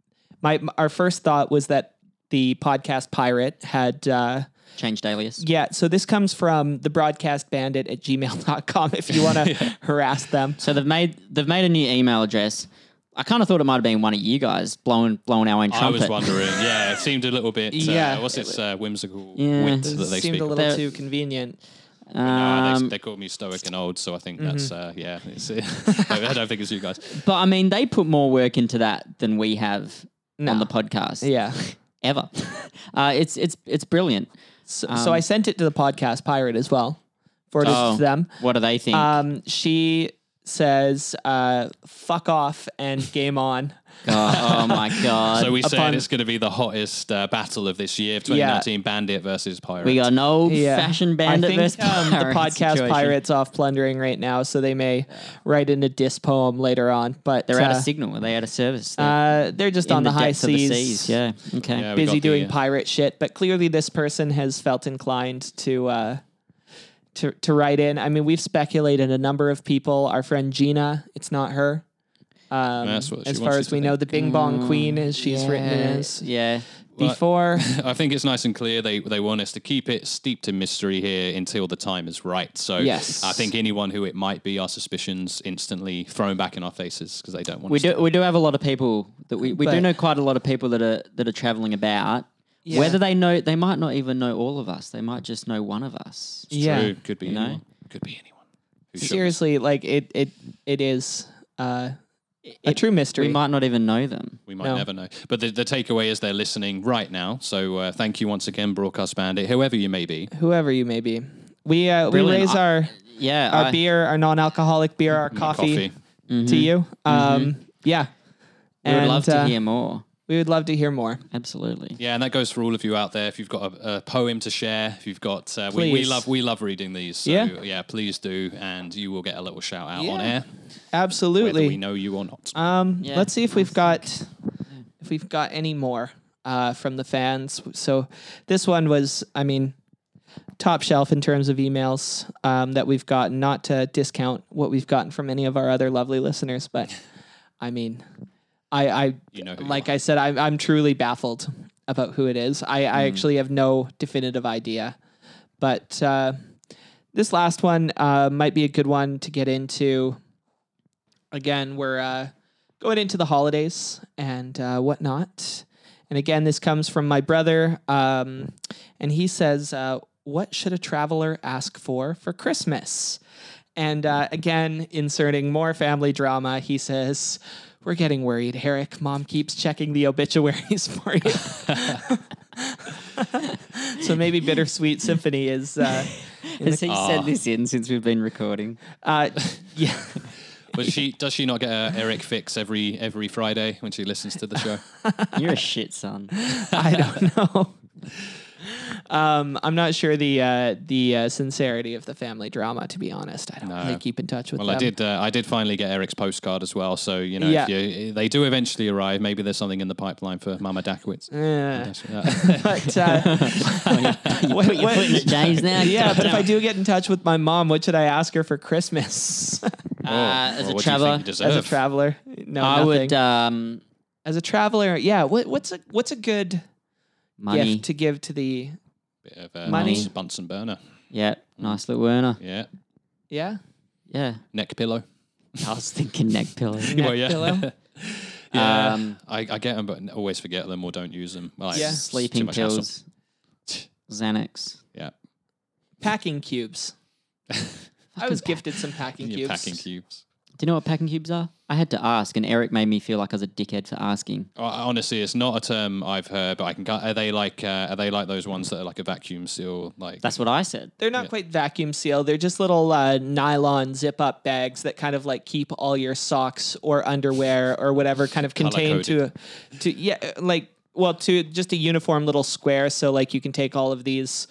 Speaker 1: my our first thought was that the podcast pirate had. Uh,
Speaker 3: Changed alias.
Speaker 1: yeah, so this comes from the broadcast bandit at gmail.com if you want to harass them.
Speaker 3: So they've made they've made a new email address. I kind of thought it might have been one of you guys blowing blowing our own
Speaker 2: I
Speaker 3: trumpet.
Speaker 2: was wondering. Yeah, it seemed a little bit. Uh,
Speaker 1: Yeah.
Speaker 2: What's its uh, whimsical
Speaker 3: Yeah.
Speaker 2: wit that
Speaker 1: It
Speaker 2: they
Speaker 1: seemed
Speaker 2: speak?
Speaker 1: a
Speaker 2: of?
Speaker 1: little
Speaker 3: They're-
Speaker 1: too convenient.
Speaker 2: Uh, they,
Speaker 3: Um, Mm-hmm.
Speaker 2: they call me stoic and old, so I think that's uh, yeah. It's, I don't think it's you guys.
Speaker 3: but I mean, they put more work into that than we have on
Speaker 1: No.
Speaker 3: the podcast
Speaker 1: Yeah.
Speaker 3: ever. uh, it's it's it's brilliant.
Speaker 1: So,
Speaker 2: Um,
Speaker 1: so I sent it to the podcast pirate as well. Forwarded it
Speaker 3: Oh,
Speaker 1: to them.
Speaker 3: What do they think?
Speaker 1: Um, she says, uh, "Fuck off" and game on.
Speaker 3: God, oh my god!
Speaker 2: So we said
Speaker 1: upon-
Speaker 2: it's going to be the hottest uh, battle of this year: 2019 Bandit versus Pirate.
Speaker 3: we got an old fashion bandit
Speaker 1: I think
Speaker 3: versus
Speaker 1: um, the
Speaker 3: pirate
Speaker 1: podcast
Speaker 3: situation.
Speaker 1: pirates off plundering right now, so they may write in a diss poem later on. But
Speaker 3: They're out
Speaker 1: uh,
Speaker 3: of signal. Are they out of service? They're
Speaker 1: uh, they're just
Speaker 3: in
Speaker 1: on the, high
Speaker 3: depths of the
Speaker 1: seas.
Speaker 3: Yeah. Okay.
Speaker 2: Yeah, we got
Speaker 1: Busy
Speaker 2: the,
Speaker 1: doing
Speaker 2: uh,
Speaker 1: pirate shit, but clearly this person has felt inclined to uh, to to write in. I mean, we've speculated a number of people. Our friend Gina, it's not her. Um,
Speaker 2: That's what she
Speaker 1: as
Speaker 2: wants
Speaker 1: far
Speaker 2: you
Speaker 1: as
Speaker 2: to
Speaker 1: we know, the Bing Bong Queen, as she's written
Speaker 3: Yeah,
Speaker 1: as
Speaker 3: Yeah.
Speaker 1: before.
Speaker 2: I think it's nice and clear they, they want us to keep it steeped in mystery here until the time is right. So
Speaker 1: Yes.
Speaker 2: I think anyone who it might be, our suspicions instantly thrown back in our faces because they don't want
Speaker 3: We
Speaker 2: us to.
Speaker 3: do we do have a lot of people that we, we do
Speaker 1: But-
Speaker 3: know quite a lot of people that are that are traveling about.
Speaker 1: Yeah.
Speaker 3: Whether they know they might not even know all of us. They might just know one of us.
Speaker 1: yeah.
Speaker 2: True. Could be
Speaker 3: know?
Speaker 2: anyone. Could be anyone. Who should-
Speaker 1: seriously like it it it is uh a true mystery
Speaker 3: We might not even know them.
Speaker 2: We might
Speaker 1: No.
Speaker 2: never know. But the, the takeaway is they're listening right now. So uh, thank you once again, Broadcast Bandit, whoever you may be.
Speaker 1: whoever you may be we uh we
Speaker 3: Brilliant.
Speaker 1: raise
Speaker 3: I-
Speaker 1: our
Speaker 3: Yeah.
Speaker 1: our
Speaker 3: I-
Speaker 1: beer our non-alcoholic beer our coffee,
Speaker 2: coffee.
Speaker 1: to you um yeah
Speaker 3: we would
Speaker 1: And,
Speaker 3: love to
Speaker 1: uh,
Speaker 3: hear more.
Speaker 1: we would love to hear more
Speaker 3: Absolutely.
Speaker 2: Yeah, and that goes for all of you out there. If you've got a, a poem to share, if you've got, uh, we, we
Speaker 1: Please.
Speaker 2: love we love reading these. So
Speaker 1: Yeah.
Speaker 2: please do, and you will get a little shout out on
Speaker 1: Yeah.
Speaker 2: air, whether we
Speaker 1: absolutely
Speaker 2: know you or not.
Speaker 1: um
Speaker 3: Yeah,
Speaker 1: let's see if
Speaker 3: I
Speaker 1: we've got if we've got any more uh from the fans so this one was i mean top shelf in terms of emails um, that we've gotten not to discount what we've gotten from any of our other lovely listeners but i mean i i
Speaker 2: You know who you
Speaker 1: like I said, I'm I'm truly baffled about who it is. I,
Speaker 2: Hmm.
Speaker 1: I actually have no definitive idea. But uh, this last one uh, might be a good one to get into. Again, we're uh, going into the holidays and uh, whatnot. And again, this comes from my brother, um, and he says, uh, "What should a traveler ask for for Christmas?" And uh, again, inserting more family drama, he says, We're getting worried, Herrick. Mom keeps checking the obituaries for you. so maybe Bittersweet Symphony is, uh,
Speaker 3: Has he
Speaker 2: Ah.
Speaker 3: said this in since we've been recording?
Speaker 1: uh, yeah.
Speaker 2: But she does she not get a Eric fix every every Friday when she listens to the show?
Speaker 3: You're a shit son.
Speaker 1: I don't know. Um, I'm not sure the uh, the uh, sincerity of the family drama. To be honest, I don't really keep in touch with
Speaker 2: Well,
Speaker 1: them.
Speaker 2: I did. Uh, I did finally get Eric's postcard as well. So you know,
Speaker 1: Um, Yeah.
Speaker 2: if you, they do eventually arrive. Maybe there's something in the pipeline for Mama Dakowitz.
Speaker 1: Uh,
Speaker 2: Uh,
Speaker 1: but uh, what- what-
Speaker 3: Putting it James now.
Speaker 1: yeah, but if I do get in touch with my mom, what should I ask her for Christmas?
Speaker 3: Uh,
Speaker 2: well,
Speaker 3: as a
Speaker 2: what do you think
Speaker 3: traveler,
Speaker 2: you deserve?
Speaker 1: as a traveler, no,
Speaker 3: I would
Speaker 1: nothing.
Speaker 3: um,
Speaker 1: as a traveler, yeah. What, what's a what's a good
Speaker 3: money.
Speaker 1: gift to give to the?
Speaker 2: Bit of, uh,
Speaker 1: Money.
Speaker 2: Bunsen- Bunsen burner.
Speaker 3: Yeah, nice little Werner.
Speaker 2: Yeah.
Speaker 1: Yeah.
Speaker 3: Yeah,
Speaker 2: Neck pillow.
Speaker 3: I was thinking neck pillow.
Speaker 1: Neck
Speaker 2: well, yeah.
Speaker 1: pillow. Uh,
Speaker 2: Yeah.
Speaker 3: Um,
Speaker 2: I, I get them, but n- always forget them or don't use them. Like,
Speaker 1: Yeah.
Speaker 2: it's too
Speaker 3: Sleeping
Speaker 2: much hassle.
Speaker 3: pills. Xanax.
Speaker 2: Yeah.
Speaker 1: Packing cubes. I was gifted some packing cubes.
Speaker 2: Your packing cubes.
Speaker 3: Do you know what packing cubes are? I had to ask, and Eric made me feel like I was a dickhead for asking.
Speaker 2: Oh, I- Honestly, it's not a term I've heard, but I can. gu- Are they like? Uh, are they like those ones that are like a vacuum seal? Like
Speaker 3: That's what I said.
Speaker 1: They're not
Speaker 2: Yeah.
Speaker 1: quite vacuum sealed. They're just little uh, nylon zip up bags that kind of like keep all your socks or underwear or whatever kind of contained to, to yeah, uh, like well, to just a uniform little square. So like you can take all of these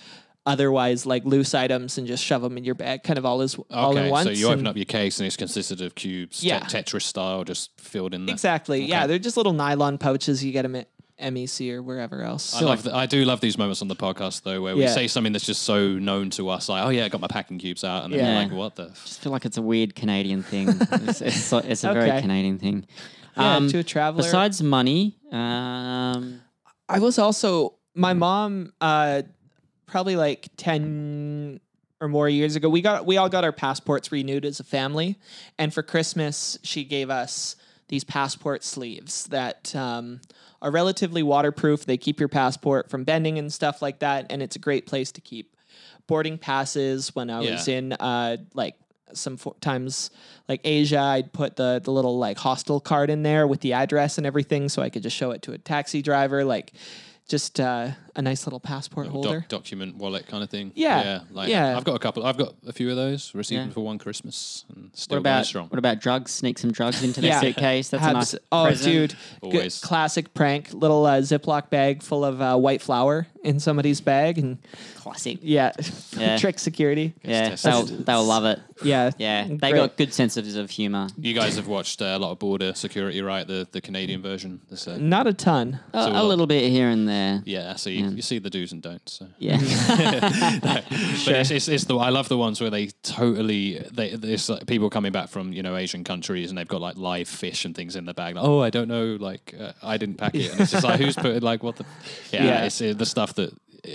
Speaker 1: otherwise like loose items and just shove them in your bag, kind of all as all
Speaker 2: okay,
Speaker 1: in once.
Speaker 2: so you open
Speaker 1: and-
Speaker 2: up your case and it's consisted of cubes, te-
Speaker 1: Yeah.
Speaker 2: Tetris style, just filled in. There.
Speaker 1: exactly. Yeah,
Speaker 2: Okay.
Speaker 1: they're just little nylon pouches. You get them at MEC or wherever else.
Speaker 2: I, love th- I do love these moments on the podcast though, where we
Speaker 1: Yeah.
Speaker 2: say something that's just so known to us, like, "Oh yeah, I got my packing cubes out," and then
Speaker 3: Yeah.
Speaker 2: you're like, "What the?" F-?
Speaker 3: just feel like it's a weird Canadian thing. it's, it's, so, it's a very
Speaker 1: Okay.
Speaker 3: Canadian thing. Um,
Speaker 1: Yeah, to a traveler.
Speaker 3: Besides money, um,
Speaker 1: I was also my mom uh probably like 10 or more years ago we got we all got our passports renewed as a family and for Christmas she gave us these passport sleeves that um are relatively waterproof they keep your passport from bending and stuff like that and it's a great place to keep boarding passes when I
Speaker 2: Yeah.
Speaker 1: was in uh like some fo- times like Asia, I'd put the the little like hostel card in there with the address and everything, so I could just show it to a taxi driver, like just uh, a nice little passport
Speaker 2: Doc-
Speaker 1: holder.
Speaker 2: document wallet kind of thing.
Speaker 1: Yeah,
Speaker 2: yeah, like,
Speaker 1: yeah.
Speaker 2: I've got a couple. I've got a few of those. Received
Speaker 3: Yeah.
Speaker 2: them for one Christmas, and still
Speaker 3: what
Speaker 2: going
Speaker 3: about
Speaker 2: strong.
Speaker 3: what about drugs? Sneak some drugs into their
Speaker 1: Yeah.
Speaker 3: suitcase. That's a nice.
Speaker 1: Abs- oh,
Speaker 3: present.
Speaker 1: dude, good-
Speaker 2: Always.
Speaker 1: classic prank. Little uh, Ziploc bag full of uh, white flour in somebody's bag, and
Speaker 3: classic.
Speaker 1: yeah,
Speaker 3: Yeah.
Speaker 1: trick security.
Speaker 3: Yeah,
Speaker 2: tested.
Speaker 3: they'll they'll love it.
Speaker 1: Yeah,
Speaker 3: Yeah, they
Speaker 1: Great.
Speaker 3: got good senses of humor.
Speaker 2: You guys have watched uh, a lot of Border Security, right? The the Canadian version. This, uh,
Speaker 1: not a ton.
Speaker 3: A,
Speaker 2: So
Speaker 3: a
Speaker 2: we'll-
Speaker 3: little bit here and there.
Speaker 2: yeah, so you, you see the do's and don'ts. So.
Speaker 3: Yeah,
Speaker 2: But it's, it's, it's the I love the ones where they totally they there's like people coming back from you know Asian countries and they've got like live fish and things in the bag. Like, oh, I don't know, like uh, I didn't pack it. And it's just like who's put like what the yeah.
Speaker 1: Yeah.
Speaker 2: It's uh, the stuff that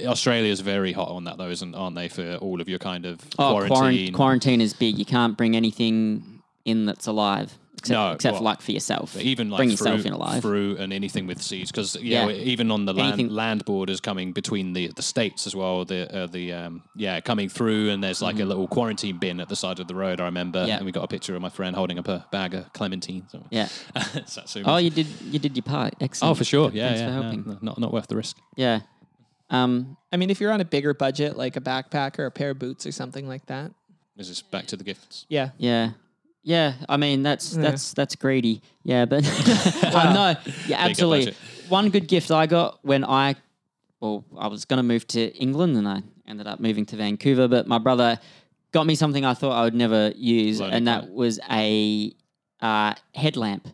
Speaker 2: Australia's very hot on that though, isn't aren't they for all of your kind of
Speaker 3: oh, quarantine.
Speaker 2: quarantine.
Speaker 3: quarantine is big. You can't bring anything in that's alive, except,
Speaker 2: No,
Speaker 3: except for
Speaker 2: well,
Speaker 3: like for yourself.
Speaker 2: even like
Speaker 3: bring
Speaker 2: fruit,
Speaker 3: yourself in alive.
Speaker 2: fruit and anything with seeds because
Speaker 3: Yeah.
Speaker 2: yeah even on the land,
Speaker 3: Anything-
Speaker 2: land borders coming between the, the states as well the uh, the um, yeah coming through and there's like a little quarantine bin at the side of the road I remember
Speaker 3: Mm-hmm. Yeah.
Speaker 2: and we got a picture of my friend holding up a bag of clementines or-
Speaker 3: Yeah.
Speaker 2: Satsuma.
Speaker 3: Oh, you did you did your part. Excellent.
Speaker 2: Oh, for sure yeah,
Speaker 3: Thanks
Speaker 2: yeah
Speaker 3: for
Speaker 2: no,
Speaker 3: helping.
Speaker 2: no, not not worth the risk
Speaker 3: Yeah. Um,
Speaker 1: I mean, if you're on a bigger budget, like a backpack or a pair of boots or something like that.
Speaker 2: this is back to the gifts
Speaker 1: Yeah,
Speaker 3: yeah. Yeah, I mean that's that's that's greedy. Yeah, but I know. Yeah, absolutely.
Speaker 2: budget.
Speaker 3: One good gift I got when I well, I was gonna move to England and I ended up moving to Vancouver, but my brother got me something I thought I would never use,
Speaker 2: Lonely
Speaker 3: and that
Speaker 2: planet.
Speaker 3: was a uh, headlamp.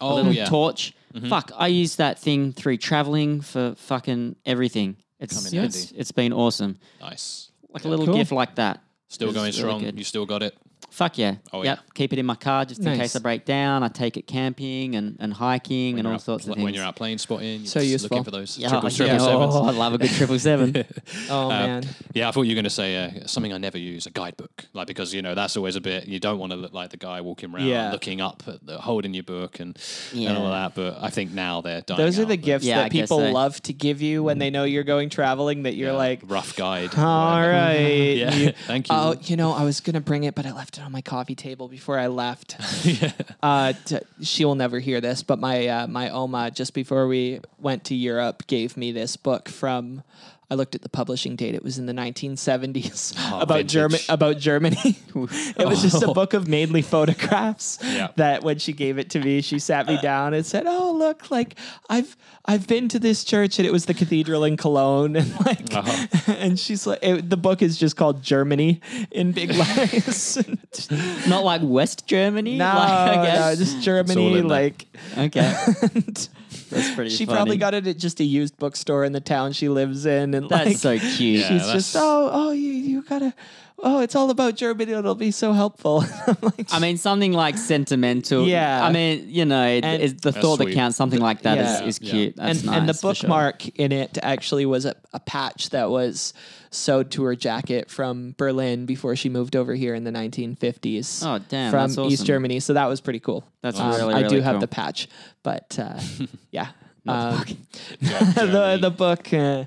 Speaker 3: a
Speaker 2: oh
Speaker 3: little
Speaker 2: yeah Mm-hmm.
Speaker 3: torch. Fuck, I use that thing through traveling for fucking everything. It's
Speaker 2: Come in
Speaker 3: it's, it's been awesome.
Speaker 2: nice
Speaker 3: Like a little
Speaker 1: Cool.
Speaker 3: gift like that.
Speaker 2: still
Speaker 3: is
Speaker 2: going
Speaker 3: really
Speaker 2: strong
Speaker 3: good.
Speaker 2: you still got it
Speaker 3: Fuck yeah.
Speaker 2: Oh,
Speaker 3: yep. Keep it in my car just in
Speaker 1: Nice.
Speaker 3: case I break down. I take it camping and, and hiking and
Speaker 2: You're
Speaker 3: all
Speaker 2: out-
Speaker 3: sorts of
Speaker 2: when
Speaker 3: things.
Speaker 2: you're out plane spotting you're
Speaker 1: So
Speaker 2: just
Speaker 1: useful.
Speaker 2: looking for those
Speaker 3: yeah,
Speaker 2: triple,
Speaker 3: yeah.
Speaker 2: triple sevens.
Speaker 3: Oh, I love a good triple seven.
Speaker 1: Oh
Speaker 2: Uh,
Speaker 1: man.
Speaker 2: Yeah, I thought you were going to say uh, something I never use, a guidebook. Like, because, you know, that's always a bit, you don't want to look like the guy walking around
Speaker 1: Yeah.
Speaker 2: looking up, at the, holding your book and,
Speaker 3: Yeah.
Speaker 2: and all that. But I think now they're dying
Speaker 1: Those are
Speaker 2: out,
Speaker 1: the
Speaker 2: but- Mm.
Speaker 1: gifts
Speaker 3: Yeah, I
Speaker 1: that
Speaker 3: guess
Speaker 1: people
Speaker 3: so.
Speaker 1: love to give you when they know you're going traveling. That you're
Speaker 2: yeah,
Speaker 1: like,
Speaker 2: rough guide.
Speaker 1: All
Speaker 2: whatever.
Speaker 1: right.
Speaker 2: Yeah,
Speaker 1: You-
Speaker 2: thank you.
Speaker 1: oh, you know, I was gonna bring it, but I left it on my coffee table before I left.
Speaker 2: yeah.
Speaker 1: Uh, t- she will never hear this, but my uh, my oma just before we went to Europe gave me this book from. I looked at the publishing date; it was in the 1970s
Speaker 2: Oh,
Speaker 1: about
Speaker 2: vintage. Oh.
Speaker 1: German about Germany. it was just a book of mainly photographs.
Speaker 2: Yeah.
Speaker 1: That when she gave it to me, she sat me down and said, "Oh, look! Like I've I've been to this church, and it was the cathedral in Cologne, and like
Speaker 2: Uh-huh.
Speaker 1: and she's like, it, the book is just called Germany in big letters.
Speaker 3: Not like West Germany.
Speaker 1: no,
Speaker 3: like, I
Speaker 1: no,
Speaker 3: guess.
Speaker 1: just Germany.
Speaker 2: in there.
Speaker 1: Like,
Speaker 3: okay.
Speaker 1: and
Speaker 3: That's pretty
Speaker 1: she
Speaker 3: funny.
Speaker 1: probably got it at just a used bookstore in the town she lives in, and
Speaker 3: That's
Speaker 1: like,
Speaker 3: so cute.
Speaker 2: Yeah.
Speaker 1: she's just,
Speaker 2: that's-
Speaker 1: oh, oh, you, you gotta. oh, it's all about Germany. It'll be so helpful. I'm like,
Speaker 3: I mean, something like sentimental.
Speaker 1: Yeah.
Speaker 3: I mean, you know, it-
Speaker 1: And-
Speaker 3: it's the
Speaker 2: That's
Speaker 3: thought that
Speaker 2: sweet.
Speaker 3: counts. Something like that is
Speaker 1: Yeah.
Speaker 3: is,
Speaker 2: Yeah.
Speaker 3: cute. That's
Speaker 1: and,
Speaker 3: nice.
Speaker 1: and the
Speaker 3: for sure.
Speaker 1: bookmark in it actually was a, a patch that was sewed to her jacket from Berlin before she moved over here in the 1950s.
Speaker 3: Oh, damn,
Speaker 1: From
Speaker 3: that's
Speaker 1: East
Speaker 3: awesome.
Speaker 1: Germany, so that was pretty cool.
Speaker 3: That's
Speaker 1: Um,
Speaker 3: really,
Speaker 1: I do
Speaker 3: really
Speaker 1: have
Speaker 3: cool.
Speaker 1: the patch, but uh, yeah, um,
Speaker 2: Yeah,
Speaker 1: the
Speaker 2: Germany.
Speaker 1: the book, uh,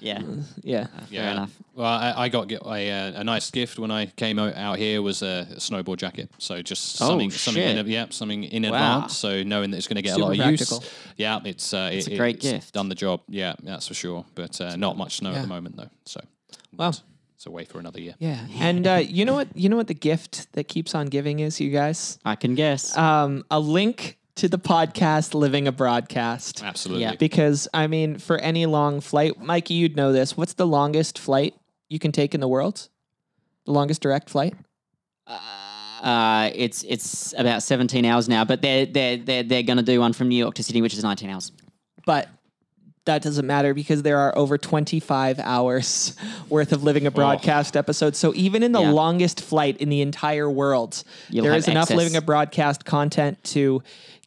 Speaker 3: Yeah.
Speaker 1: yeah.
Speaker 2: yeah.
Speaker 3: enough.
Speaker 2: Well, I, I got gi- a, uh, a nice gift when I came out, out here was a snowboard jacket. So just
Speaker 3: Oh,
Speaker 2: something, something, in,
Speaker 3: shit.
Speaker 2: a- yeah, something in
Speaker 3: Wow.
Speaker 2: advance. So knowing that it's going to get
Speaker 1: Super
Speaker 2: a lot of
Speaker 1: practical.
Speaker 2: use. Yeah, it's uh,
Speaker 3: It's
Speaker 2: it-
Speaker 3: a great
Speaker 2: it's
Speaker 3: gift.
Speaker 2: Done the job. Yeah, that's for sure. But uh, not much snow at
Speaker 1: Yeah.
Speaker 2: the moment though. So
Speaker 1: Wow.
Speaker 2: it's away for another year.
Speaker 1: Yeah, and uh, you know what? You know what the gift that keeps on giving is, you guys.
Speaker 3: I can guess.
Speaker 1: Um, a link to the podcast "Living a Broadcast."
Speaker 2: Absolutely.
Speaker 3: Yeah.
Speaker 1: Because I mean, for any long flight, Mikey, you'd know this. What's the longest flight you can take in the world? The longest direct flight?
Speaker 3: Uh, it's it's about 17 hours now, but they're they're they're, they're going to do one from New York to Sydney, which is 19 hours.
Speaker 1: But that doesn't matter because there are over 25 hours worth of living a broadcast episodes. So even in the
Speaker 3: Yeah.
Speaker 1: longest flight in the entire world,
Speaker 3: You'll
Speaker 1: there
Speaker 3: have
Speaker 1: is enough
Speaker 3: access.
Speaker 1: living a broadcast content to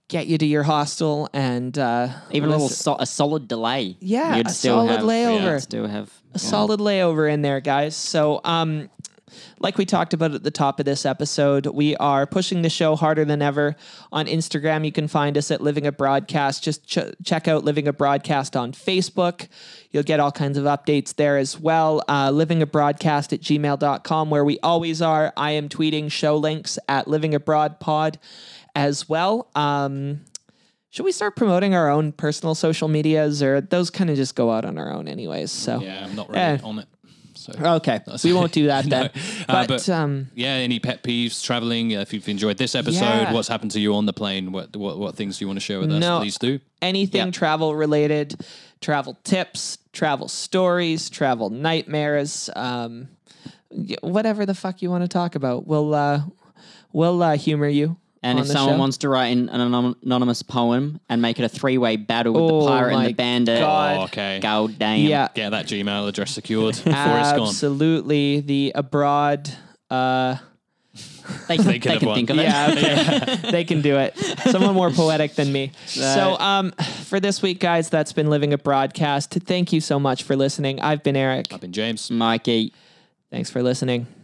Speaker 1: get you to your hostel and uh,
Speaker 3: Even a little
Speaker 1: listen-
Speaker 3: so, a solid delay.
Speaker 1: Yeah, a solid
Speaker 3: have,
Speaker 1: layover.
Speaker 3: Yeah, still have
Speaker 1: a solid layover in there, guys. So, um, like we talked about at the top of this episode, we are pushing the show harder than ever on Instagram. You can find us at Living a Broadcast. Just ch- check out Living a Broadcast on Facebook. You'll get all kinds of updates there as well. Uh, living a Broadcast at gmail.com, where we always are. I am tweeting show links at Living Abroad Pod as well. Um, should we start promoting our own personal social medias, or those kind of just go out on our own, anyways? So
Speaker 2: Yeah, I'm not really
Speaker 1: Eh.
Speaker 2: on it. So.
Speaker 1: Okay, we won't do that then.
Speaker 2: Uh,
Speaker 1: but,
Speaker 2: but-
Speaker 1: um,
Speaker 2: Yeah, any pet peeves traveling? Uh, if you've enjoyed this episode,
Speaker 1: Yeah.
Speaker 2: what's happened to you on the plane? What what, what things do you want to share with us?
Speaker 1: No.
Speaker 2: Please do.
Speaker 1: anything travel related, travel tips, travel stories, travel nightmares, um, y- whatever the fuck you want to talk about, we'll uh, we'll uh, humor you.
Speaker 3: And
Speaker 1: on
Speaker 3: if
Speaker 1: the
Speaker 3: someone
Speaker 1: show.
Speaker 3: wants to write in an anon- anonymous poem and make it a three-way battle with
Speaker 1: Oh
Speaker 3: the pirate and
Speaker 1: my
Speaker 3: the bandit,
Speaker 1: God.
Speaker 2: Oh, okay.
Speaker 3: go damn.
Speaker 1: yeah,
Speaker 2: Get that Gmail address secured before it's gone.
Speaker 1: absolutely, the abroad. Uh,
Speaker 3: they can,
Speaker 2: They
Speaker 3: they
Speaker 2: could have
Speaker 3: can
Speaker 2: won.
Speaker 3: think of it.
Speaker 1: Yeah, okay. they can do it. Someone more poetic than me. So, um, for this week, guys, that's been living a broadcast. Thank you so much for listening. I've been Eric.
Speaker 2: I've been James.
Speaker 3: Mikey.
Speaker 1: Thanks for listening.